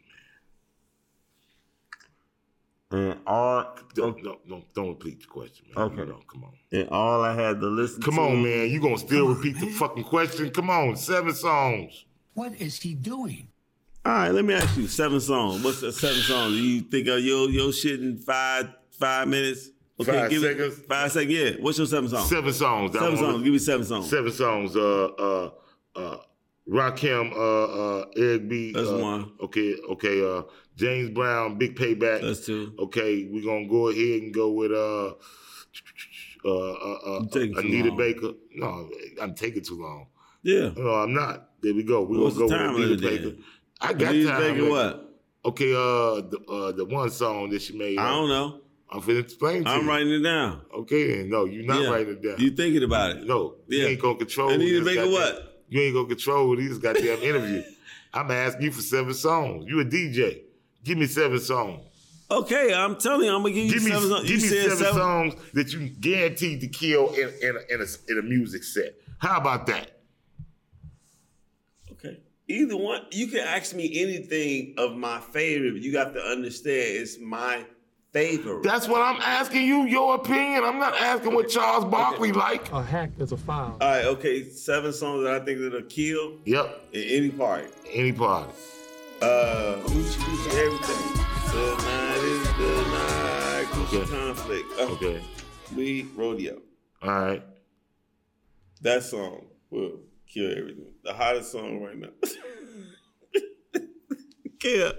and all
man. Don't don't don't, don't repeat the question, man.
Okay.
No, come on.
and all I had to listen
Come
to,
on, man. You gonna still repeat the fucking question? Come on, seven songs.
What is he doing?
All right, let me ask you seven songs. What's the seven songs? You think of your your shit in five five minutes?
Five
give
seconds?
Me, five seconds. Yeah. What's your seven songs?
Seven songs. I
Seven
wanna-
songs. Give me seven songs.
Seven songs. Uh, uh, uh, Rakim, uh, uh, Eric B.
That's
uh,
one.
Okay, okay. Uh, James Brown, Big Payback.
That's two.
Okay, we're gonna go ahead and go with uh, uh, uh, uh
You're taking too
Anita
long.
Baker. No, I'm taking too long.
Yeah.
No, I'm not. There we go. We're
What's
gonna
the
go
time
with Anita
limit then?
Baker. I got
Anita
time.
Baker
limit.
what?
Okay, uh, the, uh, the one song that she made.
I
uh,
don't know.
I'm finna explain to
I'm
you.
writing it down.
Okay, then. no, you're not
Yeah.
writing it down.
You thinking about it?
no, you
Yeah.
ain't gonna control.
I need to
this
make a
goddamn-
what?
You ain't gonna control these goddamn interview. I'm asking you for seven songs. You a DJ? Give me seven songs.
Okay, I'm telling you, I'm gonna give you
Give me,
seven songs.
give
you
me
said
seven, songs that you guaranteed to kill in in a, in, a, in a music set. How about that?
Okay. Either one. You can ask me anything of my favorite. but You got to understand, it's my favorite.
That's what I'm asking you. Your opinion. I'm not asking what Charles Barkley like.
A hack is a file.
All right. Okay. Seven songs that I think that'll kill
Yep.
in any party.
Any party.
Uh, Gucci, Gucci, everything. Tonight is the night. Gucci
Okay.
conflict. Oh,
Okay.
We rodeo.
All right.
That song will kill everything. The hottest song right now. kill.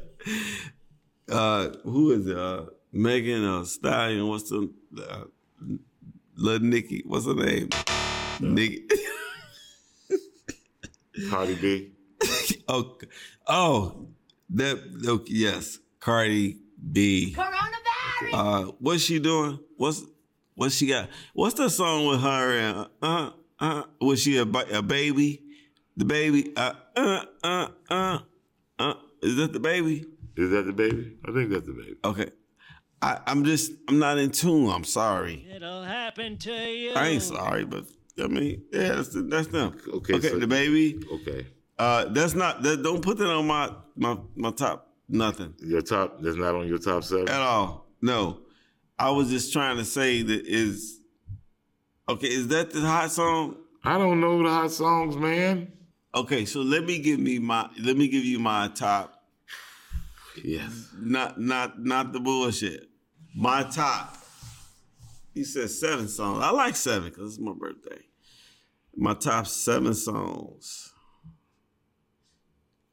Uh, who is it? Uh, Megan uh, Stallion. What's the uh, little Nikki? What's her name? Nikki.
Cardi B.
oh, oh, that. Okay, yes, Cardi B.
Coronavirus.
Uh, what's she doing? What's what she got? What's the song with her and uh uh? Was she a, ba- a baby? The baby uh uh uh uh uh. Is that the baby?
Is that the baby? I think that's the baby.
Okay, I, I'm just I'm not in tune. I'm sorry.
It'll happen to you.
I ain't sorry, but I mean yeah, that's that's them.
Okay,
okay,
so-
the baby.
Okay.
Uh, that's not that. Don't put that on my my my top nothing.
Your top. That's not on your top seven.
at all. No, I was just trying to say that is okay. Is that the hot song?
I don't know the hot songs, man.
Okay, so let me give me my let me give you my top.
Yes.
Not not not the bullshit. My top. You said seven songs. I like seven because it's my birthday. My top seven songs.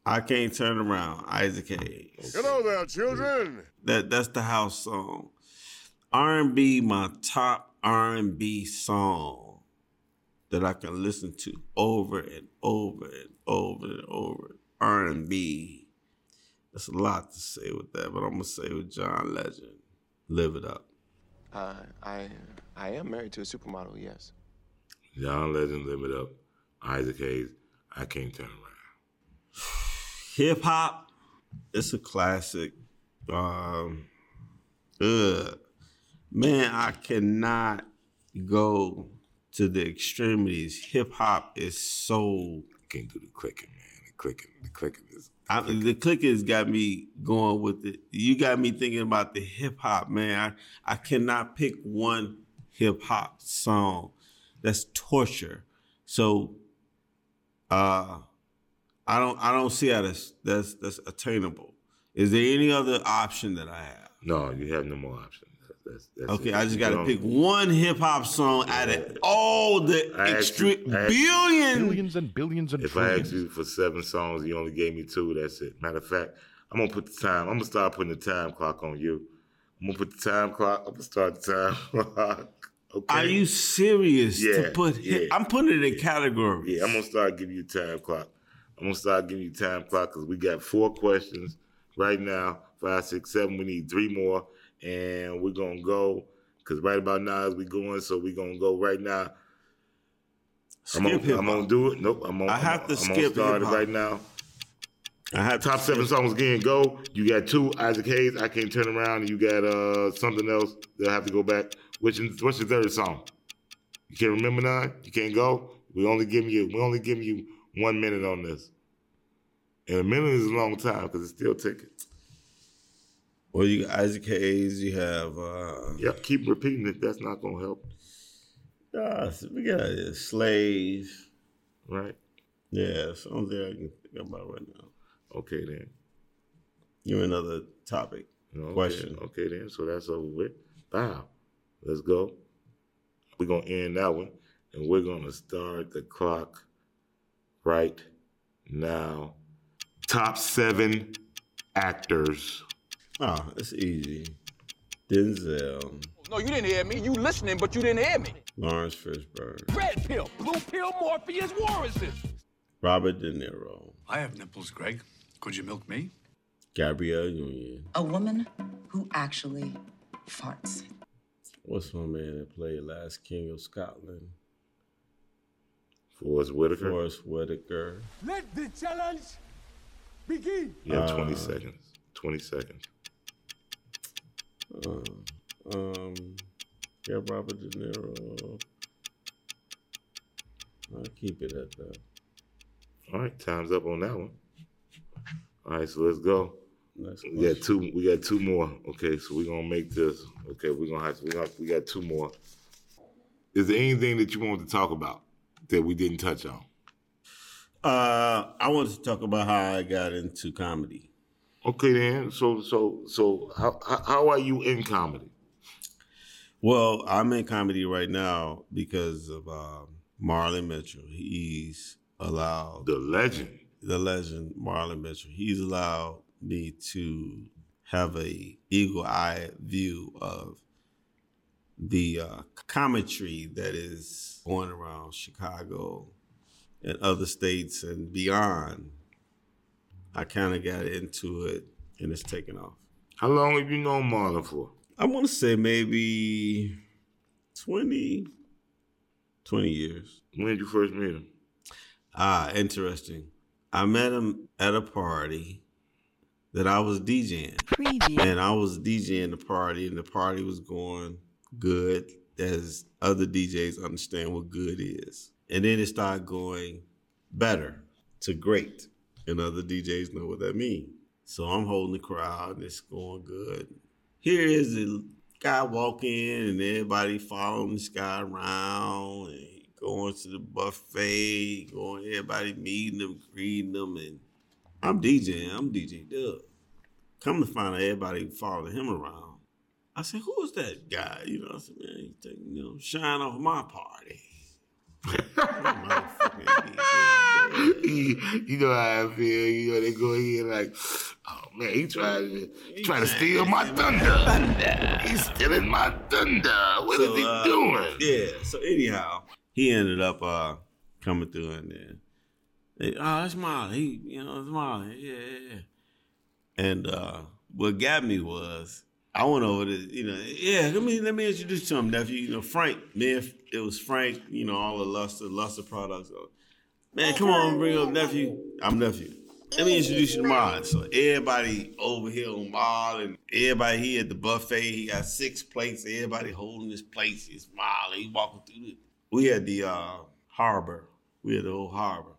I can't turn around. Isaac Hayes.
Hello there, children.
That that's the house song. R and B, my top R and B song that I can listen to over and over and over and over. R and B. That's a lot to say with that, but I'm gonna say with John Legend, live it up.
Uh, I I am married to a supermodel, yes.
John Legend, Live It Up, Isaac Hayes, I Can't Turn Around.
Hip hop, it's a classic. Um, ugh. man, I cannot go to the extremities. Hip hop is so
Can't do the clicking, man. The clicking, the clicking is.
I, the clickers got me going with it. You got me thinking about the hip hop, man. I, I cannot pick one hip hop song. That's torture. So uh I don't I don't see how that's that's that's attainable. Is there any other option that I have?
No, you have no more options. That- That's, that's
Okay,
it.
I just
You
gotta
don't-
pick one hip hop song out of all the
I asked
extra
you- I asked-
billion.
Billions and billions and
If I asked
trillions.
you for seven songs, you only gave me two. That's it. Matter of fact, I'm gonna put the time. I'm gonna start putting the time clock on you. I'm gonna put the time clock. I'm gonna start the time clock Okay.
Are you serious?
Yeah,
to put him,
yeah.
I'm putting it in categories.
Yeah, I'm gonna start giving you time clock. I'm gonna start giving you time clock because we got four questions right now. Five, six, seven. We need three more, and we're gonna go because right about now is we going, so we're gonna go right now. I'm
Skip
gonna,
hip
I'm
hop.
gonna do it. Nope. I'm gonna,
I have
I'm,
to
I'm gonna
skip
start it
hip-hop.
right now.
I have
Top seven songs again. Go. You got two Isaac Hayes. I can't turn around. And you got uh something else. They'll have to go back. Which is- what's your third song? You can't remember none. You can't go. We only giving you. We only giving you one minute on this. And a minute is a long time because it's still ticking.
Well, you got Isaac Hayes. You have. Uh,
Yep. Keep repeating it. That's not gonna help,
uh, we got uh, Slave.
right?
Yeah, that's the only thing I can think about right now.
Okay then.
Give me another topic.
Okay,
Question.
Okay then. So that's over with. Wow. Let's go. We're gonna end that one. And we're gonna start the clock right now. Top seven actors.
Ah, it's easy. Denzel,
No, you didn't hear me. You listening, but you didn't hear me.
Lawrence Fishburne,
Red pill, blue pill, Morpheus, Warrenson.
Robert De Niro,
I have nipples, Greg. Could you milk me?
Gabrielle Union.
A woman who actually farts.
What's my man that played Last King of Scotland?
Forrest Whitaker.
Forrest Whitaker.
Let the challenge begin.
You have twenty
Uh,
seconds. Twenty seconds.
Uh, um, yeah, Robert De Niro. I'll keep it at that.
All right, time's up on that one. All right, so let's go.
Next
We got
question.
two. We got two more. Okay, so we're gonna make this. Okay, we're gonna have. To, we got. We got two more. Is there anything that you want to talk about that we didn't touch on?
Uh, I wanted to talk about how I got into comedy.
Okay, then. So, so, so, how how- how are you in comedy?
Well, I'm in comedy right now because of um, Marlon Mitchell. He's allowed
The legend.
the legend Marlon Mitchell. He's allowed me to have a eagle eye view of the uh, commentary that is going around Chicago and other states and beyond. I kind of got into it, and it's taken off.
How long have you known Marlon for?
I want to say maybe 20, 20 years.
When did you first meet him?
Ah, interesting. I met him at a party that I was DJing. And I was DJing the party, and the party was going good, as other DJs understand what good is. And then it started going better to great. And other DJs know what that means. So I'm holding the crowd, and it's going good. Here is the guy walking, and everybody following this guy around, and he going to the buffet, going everybody meeting him, greeting him, and I'm DJing. I'm DJ Dub. Come to find out, everybody following him around. I said, "Who is that guy?" You know, I said, "Man, he's taking you know shine off my party." I'm a motherfucking DJ Dub.
you you know how I feel. You know they go here like, oh man, he trying to he trying to steal my thunder. He's stealing my thunder. What is
So,
he
uh,
doing?
Yeah. So anyhow, he ended up uh coming through and then they, oh that's Molly. He, you know, it's Molly. Yeah, yeah, yeah. And uh what got me was I went over to, you know, yeah, let me let me introduce to him, nephew. You know, Frank, man, it was Frank, you know, all the luster, luster products. Man, come on, bring up nephew. I'm nephew. Let me introduce you to Mod. So everybody over here on Mod and everybody here at the buffet, he got six plates. Everybody holding his plates. It's Mod. He walking through the we had the uh, harbor. We had the old harbor.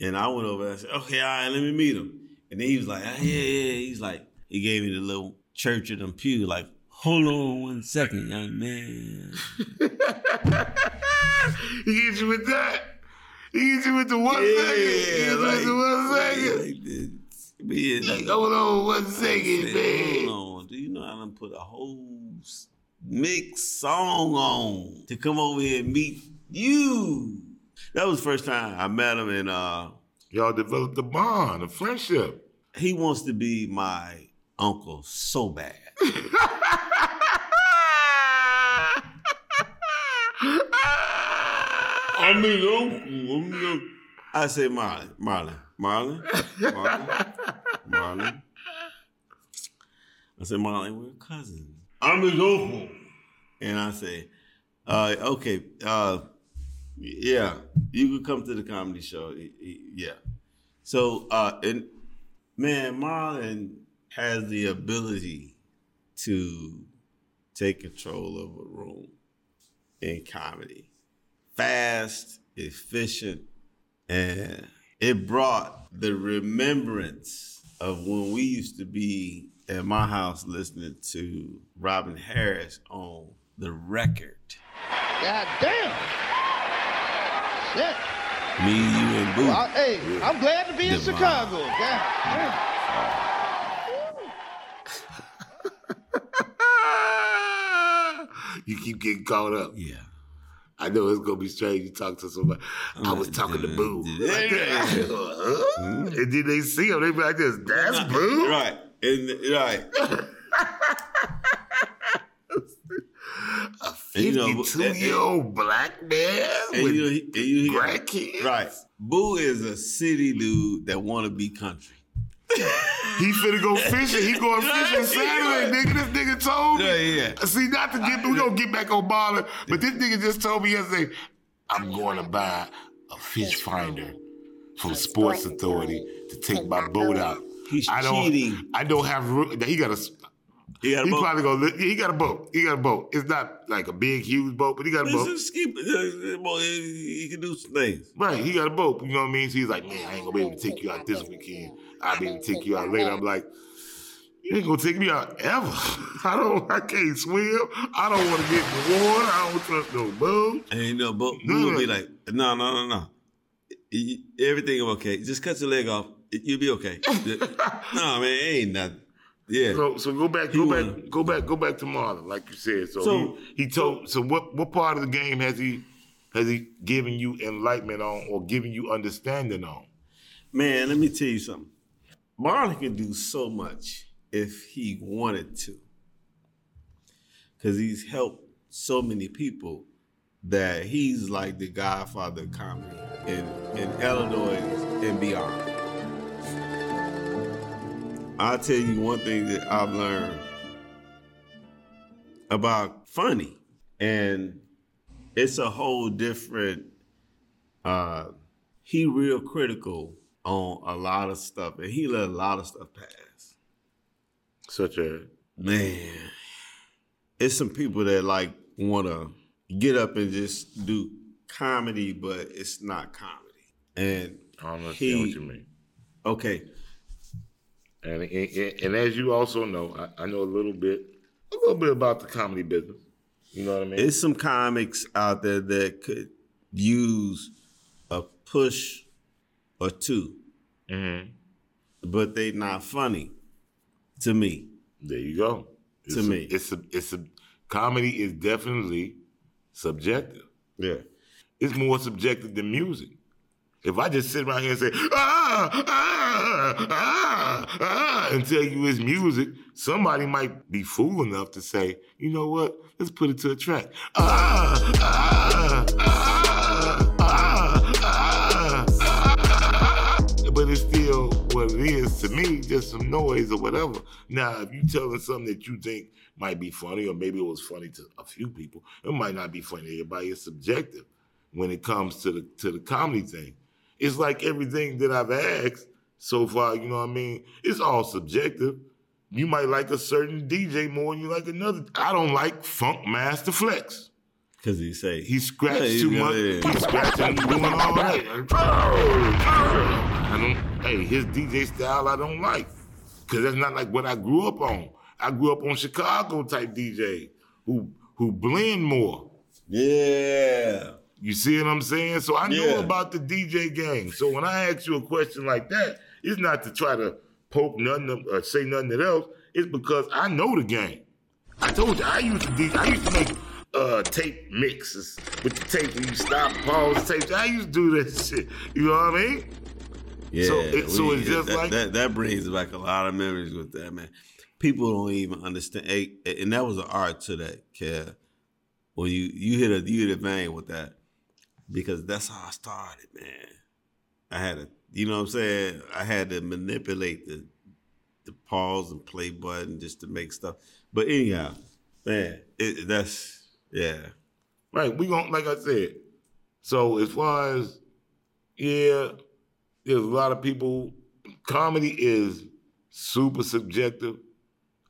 And I went over and I said, okay, all right, let me meet him. And then he was like, "Ah, yeah, yeah. He's like, he gave me the little church of them pew, like, hold on one second, young man.
he hit you with that. He hit you with the one second. He hit you with the one second.
like this. But yeah, like-
Hold on one second,
Hold
man.
on. Do you know I done put a whole s- mix song on to come over here and meet you? That was the first time I met him, and uh,
Y'all developed a bond, a friendship.
he wants to be my uncle so bad. I mean, I'm, I'm, I'm, I say Marlon, Marlon, Marlon, Marlon, Marlon. I say Marlon, we're cousins. I'm his uncle, and I say, uh, okay, uh, yeah, you could come to the comedy show, y- y- yeah. So, uh, and man, Marlon has the ability to take control of a room in comedy fast, efficient, and it brought the remembrance of when we used to be at my house listening to Robin Harris on the record.
God damn. Shit.
Me, you, and Boo.
I- hey, I'm glad to be in
Divine.
Chicago. God damn.
You keep getting caught up.
Yeah.
I know it's gonna be strange. You talk to somebody. I was talking to Boo. and then they see him. They be like this. That's Boo.
Right. And right. And, you know,
Fifty-two-year-old black man
and
with
you, and you
grandkids.
Right. Boo is a city dude that want to be country.
He finna go fishing. He going fishing Saturday, nigga. This nigga told me.
Yeah, yeah.
See, not to get, we gonna get back on Marlon, but this nigga just told me yesterday, I'm going to buy a fish finder from Sports Authority to take my boat out.
He's
I don't,
cheating.
I don't have room. He got a, s-
He got a
he
boat.
probably gonna, li- yeah, he got a boat. He got a boat. It's not like a big, huge boat, but he got a
This
boat.
is skip. He can do some things.
Right, he got a boat. You know what I mean? So he's like, man, I ain't gonna be able to take you out this weekend. I'll be able to take you out later. I'm like, you ain't gonna take me out ever. I don't. I can't swim. I don't want to get in the water. I don't trust no boat.
And you know, but
No,
we would
no.
be like, no, no, no, no. Y- y- Everything okay. Just cut your leg off. Y- You'll be okay. no, man, it ain't nothing. Yeah.
So, so go back,
He
go
wanna-
back, go back, go back to Marlon, like you said. So,
So-
he, he told. So what? What part of the game has he has he given you enlightenment on, or given you understanding on?
Man, let me tell you something. Marlon can do so much if he wanted to. Cause he's helped so many people that he's like the godfather of comedy in, in Illinois and beyond. I'll tell you one thing that I've learned about funny. And it's a whole different uh he real critical on a lot of stuff and he let a lot of stuff pass
Such a
man it's some people that like want to get up and just do comedy but it's not comedy and
I don't understand
He-
what you mean.
okay
And, and and as you also know, I, I know a little bit, a little bit about the comedy business. You know what I mean?
it's some comics out there that could use a push or 2
Mm-hmm.
but they not funny to me
there you go. It's
To
a-
me.
it's a, it's a comedy is definitely subjective.
yeah
It's more subjective than music. If I just sit right here and say ah ah ah ah and tell you it's music, somebody might be fool enough to say, you know what? Let's put it to a track. Ah ah ah ah ah. ah. But it's still what it is to me, just some noise or whatever. Now, if you telling something that you think might be funny, or maybe it was funny to a few people, it might not be funny to everybody. It's subjective when it comes to the to the comedy thing. It's like everything that I've asked so far, you know what I mean? It's all subjective. You might like a certain DJ more than you like another. I don't like Funk Master Flex.
because he say
He scratched
Yeah, he
too
got
much.
it.
He scratched and doing all that. I don't, hey, his DJ style I don't like. Cause that's not like what I grew up on. I grew up on Chicago type DJ who who blend more.
yeah
You see what I'm saying? So I know
Yeah.
about the DJ game. So when I ask you a question like that, it's not to try to poke nothing up- or say nothing else. It's because I know the game. I told you I used to DJ, I used to make uh, tape mixes with the tape where you stop, pause, tapes. I used to do that shit. You know what I mean?
Yeah.
So it- so it's just
that,
like-
that. That brings back a lot of memories with that man. People don't even understand, eh, and that was an art to that. Care Well, you you hit a you hit a vein with that because that's how I started, man. I had to, you know what I'm saying? I had to manipulate the the pause and play button just to make stuff. But anyhow, man, it, that's yeah.
Right. We gon' like I said. So as far as yeah, there's a lot of people. Comedy is super subjective.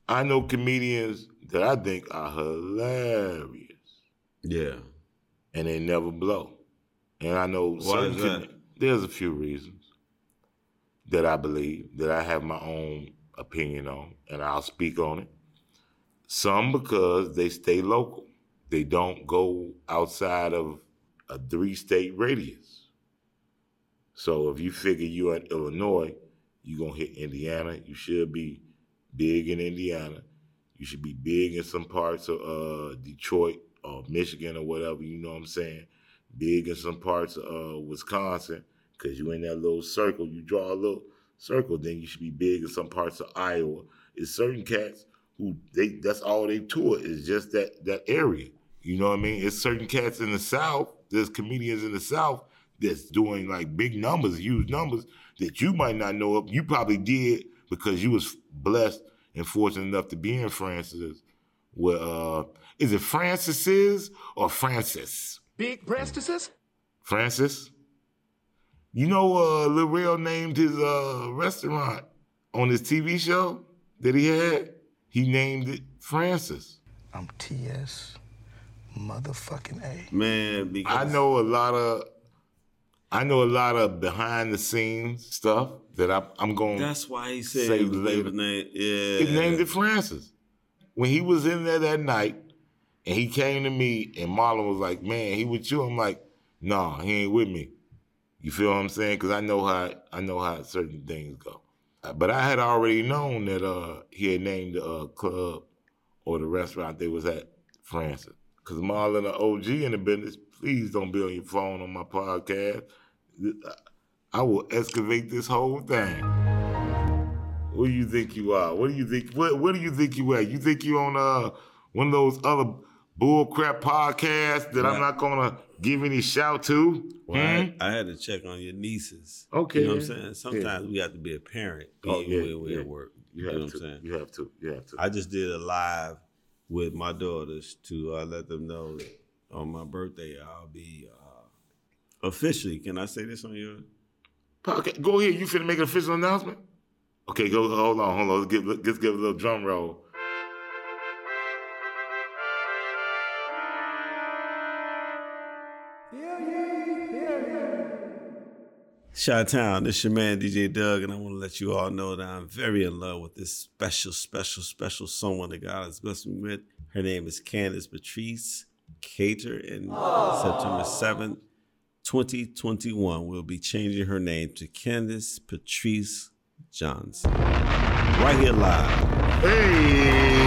I know comedians that I think are hilarious,
Yeah.
and they never blow. And I know
Why is
certain com-
that?
there's a few reasons that I believe that I have my own opinion on, and I'll speak on it. Some because they stay local. They don't go outside of a three state radius. So if you figure you're in Illinois, you're going to hit Indiana. You should be big in Indiana. You should be big in some parts of uh, Detroit or Michigan or whatever, you know what I'm saying? Big in some parts of uh, Wisconsin because you're in that little circle. You draw a little circle, then you should be big in some parts of Iowa. It's certain cats who they that's all they tour is just that that area. You know what I mean? It's certain cats in the South. There's comedians in the South that's doing like big numbers, huge numbers that you might not know of. You probably did because you was blessed and fortunate enough to be in Francis. Where uh, is it Francis's or Francis?
Big breastises?
Francis. You know, uh, Lil Rel named his uh, restaurant on his TV show that he had. He named it Francis.
I'm TS motherfucking A.
Man, because
I know a lot of, I know a lot of behind the scenes stuff that I, I'm going.
that's why he said
Say
he was
later.
later. Name. Yeah.
He named it Francis. When he was in there that night, and he came to me, and Marlon was like, "Man, he with you?" I'm like, "Nah, he ain't with me." You feel what I'm saying? Because I know how I know how certain things go. Uh, But I had already known that uh, he had named the uh, club or the restaurant they was at Francis. Because Marlon, an OG in the business, please don't be on your phone on my podcast. Th- I- I will excavate this whole thing. What do you think you are? What do you think? What What do you think you are? You think you on uh one of those other bullcrap podcasts that I'm
Right.
not gonna give any shout to?
Well,
Hmm?
I, I had to check on your nieces.
Okay.
You know what I'm saying? Sometimes we have to be a parent being
Oh, yeah,
where we
yeah.
at work. You,
You have
know what
to.
I'm saying?
You have to. You have to.
I just did a live with my daughters to uh, let them know that on my birthday I'll be uh, officially. Can I say this on your?
Podcast. Go ahead. You finna make an official announcement? Okay, go. Hold on. Hold on. Let's give let's give a little drum roll.
Shot Town, this your man DJ Doug, and I want to let you all know that I'm very in love with this special, special, special someone that God has blessed me with. Her name is Candace Patrice Cater, and September 7th, 2021, we'll be changing her name to Candace Patrice Johnson. Right here live.
Hey!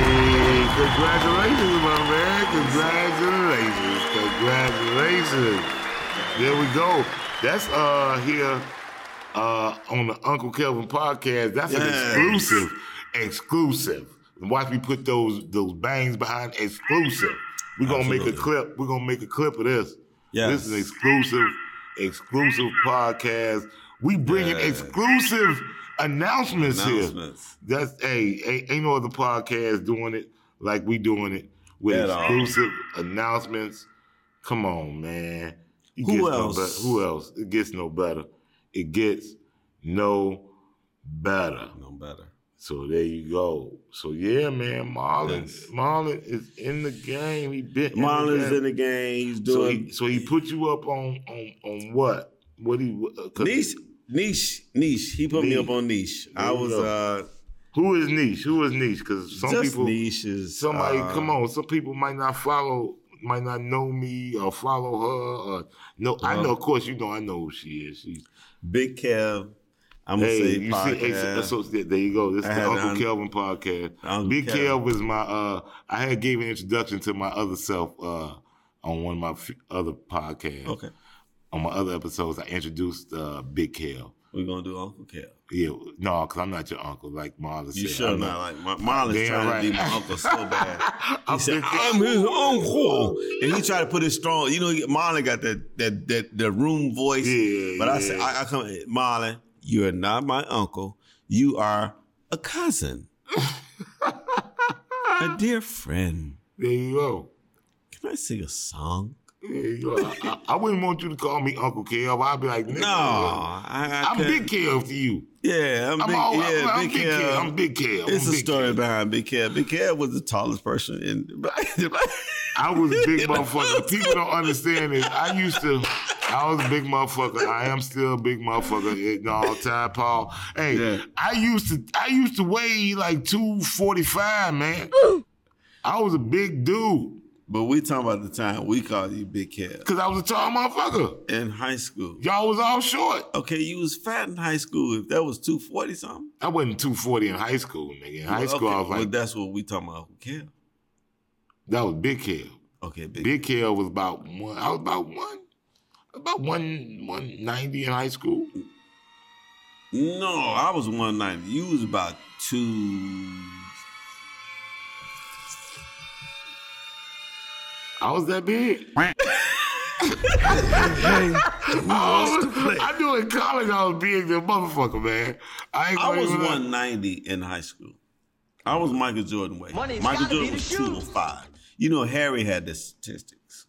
Congratulations, my man. Congratulations. Congratulations. There we go. That's uh here uh on the Uncle Kelvin podcast. That's an
Yes.
exclusive. Exclusive. Watch me put those those bangs behind exclusive. We're gonna make a
Absolutely.
clip. We're gonna make a clip of this.
Yes.
This is an exclusive, exclusive podcast. We bringing
Yes.
exclusive announcements,
Announcements.
here. That's hey, ain't, ain't no other podcast doing it like we doing it with
At all.
exclusive announcements. Come on, man. It
Who
gets
else?
No better. Who else? It gets no better. It gets no better.
No better.
So there you go. So yeah, man, Marlon,
Yes.
Marlon is in the game. He been in the
Marlon's
game.
in the game. He's
So
doing
he, so he put you up on on on what? What he? uh, 'cause-
niche, niche, niche. He put me
Niche.
up on niche. I
There you
was
go.
uh,
Who is niche? Who is niche? Because some
just
people,
niche is
somebody,
uh,
come on, some people might not follow, might not know me or follow her. Or no, I know. Of course, you know, I know who she is. She's
Big Kev. I'm gonna say
hey, you see, hey, so-
podcast.
so, there there you go. This is
I
the
had
Uncle
the-
Kelvin podcast.
Uncle
Big
Kelvin.
Kelvin was my. uh I had gave an introduction to my other self uh on one of my f- other podcasts.
okay.
on my other episodes, I introduced uh, Big Kel.
We're gonna do Uncle Cal.
Yeah, no, because I'm not your uncle, like Marla said.
You sure
I'm
not? Like my Marlon's
Damn
trying
right.
to be my uncle so bad. He
I'm
said,
thinking-
"I'm his uncle," and he tried to put his strong. You know, Marlon got that that that the room voice.
Yeah,
but I said,
yeah.
I, "I come, Marlon. You are not my uncle. You are a cousin, a dear friend.
There you go.
Can I sing a song?"
There you go. I, I- I wouldn't want you to call me Uncle Kev. I'd be like, nigga,
No, I, I
I'm Big
couldn't-
Kev to you.
Yeah, I'm,
I'm
big.
all-
yeah,
I'm- I'm
big
Big Kev.
Kev.
I'm Big Kev.
It's
I'm
a
Big
story
Kev.
behind Big Kev. Big Kev was the tallest person in.
I was a big motherfucker. People don't understand this. I used to, I was a big motherfucker. I am still a big motherfucker in all time, Paul. Hey,
Yeah.
I used to, I used to weigh like 245, man. I was a big dude
But we talking about the time we called you Big Kev
because I was a tall motherfucker.
in high school.
Y'all was all short.
Okay, you was fat in high school. If that was two forty something,
I wasn't 240 in high school, nigga. In high
Well,
school,
okay,
I was
well,
like,
that's what we talking about. Kev.
that was Big Kev.
Okay, Big.
Big Kev was about one. I was about one, about one one ninety in high school.
No, I was one ninety. You was about two.
I was that big. I,
Monster
was, Oh, I knew in college I was big than a motherfucker, man. I, ain't
I
gonna
was
even lie.
one ninety in high school. I was Michael Jordan way. Michael Jordan was two hundred five. You know, Harry had the statistics.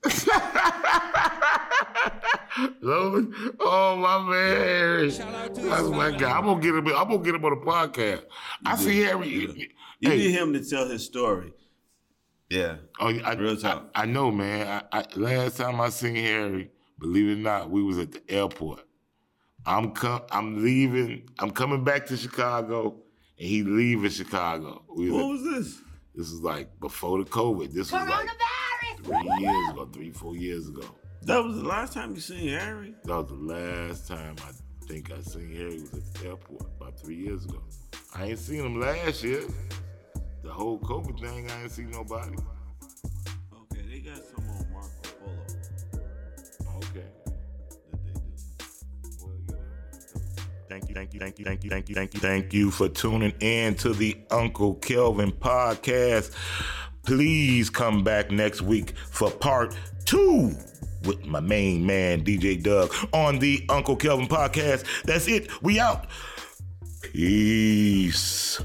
Lord, Oh my man, that's my guy. I'm gonna get him. I'm gonna get him on the podcast. I see Harry.
You
Hey.
need him to tell his story. Yeah.
Oh, I,
Real talk.
I, I know, man. I, I, last time I seen Harry, believe it or not, we was at the airport. I'm com- I'm leaving. I'm coming back to Chicago, and he leaving Chicago. We was
What
at-
was this?
this was like before the COVID. This was like three years ago, three four years ago.
That was the last time you seen Harry.
That was the last time I think I seen Harry was at the airport about three years ago. I ain't seen him last year. The whole COVID thing, I ain't seen nobody.
Okay, they got some on Marco Polo
Okay.
that they do.
Well, you know. Thank you, thank you, thank you, thank you, thank you, thank you, thank you for tuning in to the Uncle Kelvin podcast. Please come back next week for part two with my main man, DJ Doug, on the Uncle Kelvin podcast. That's it. We out. Peace.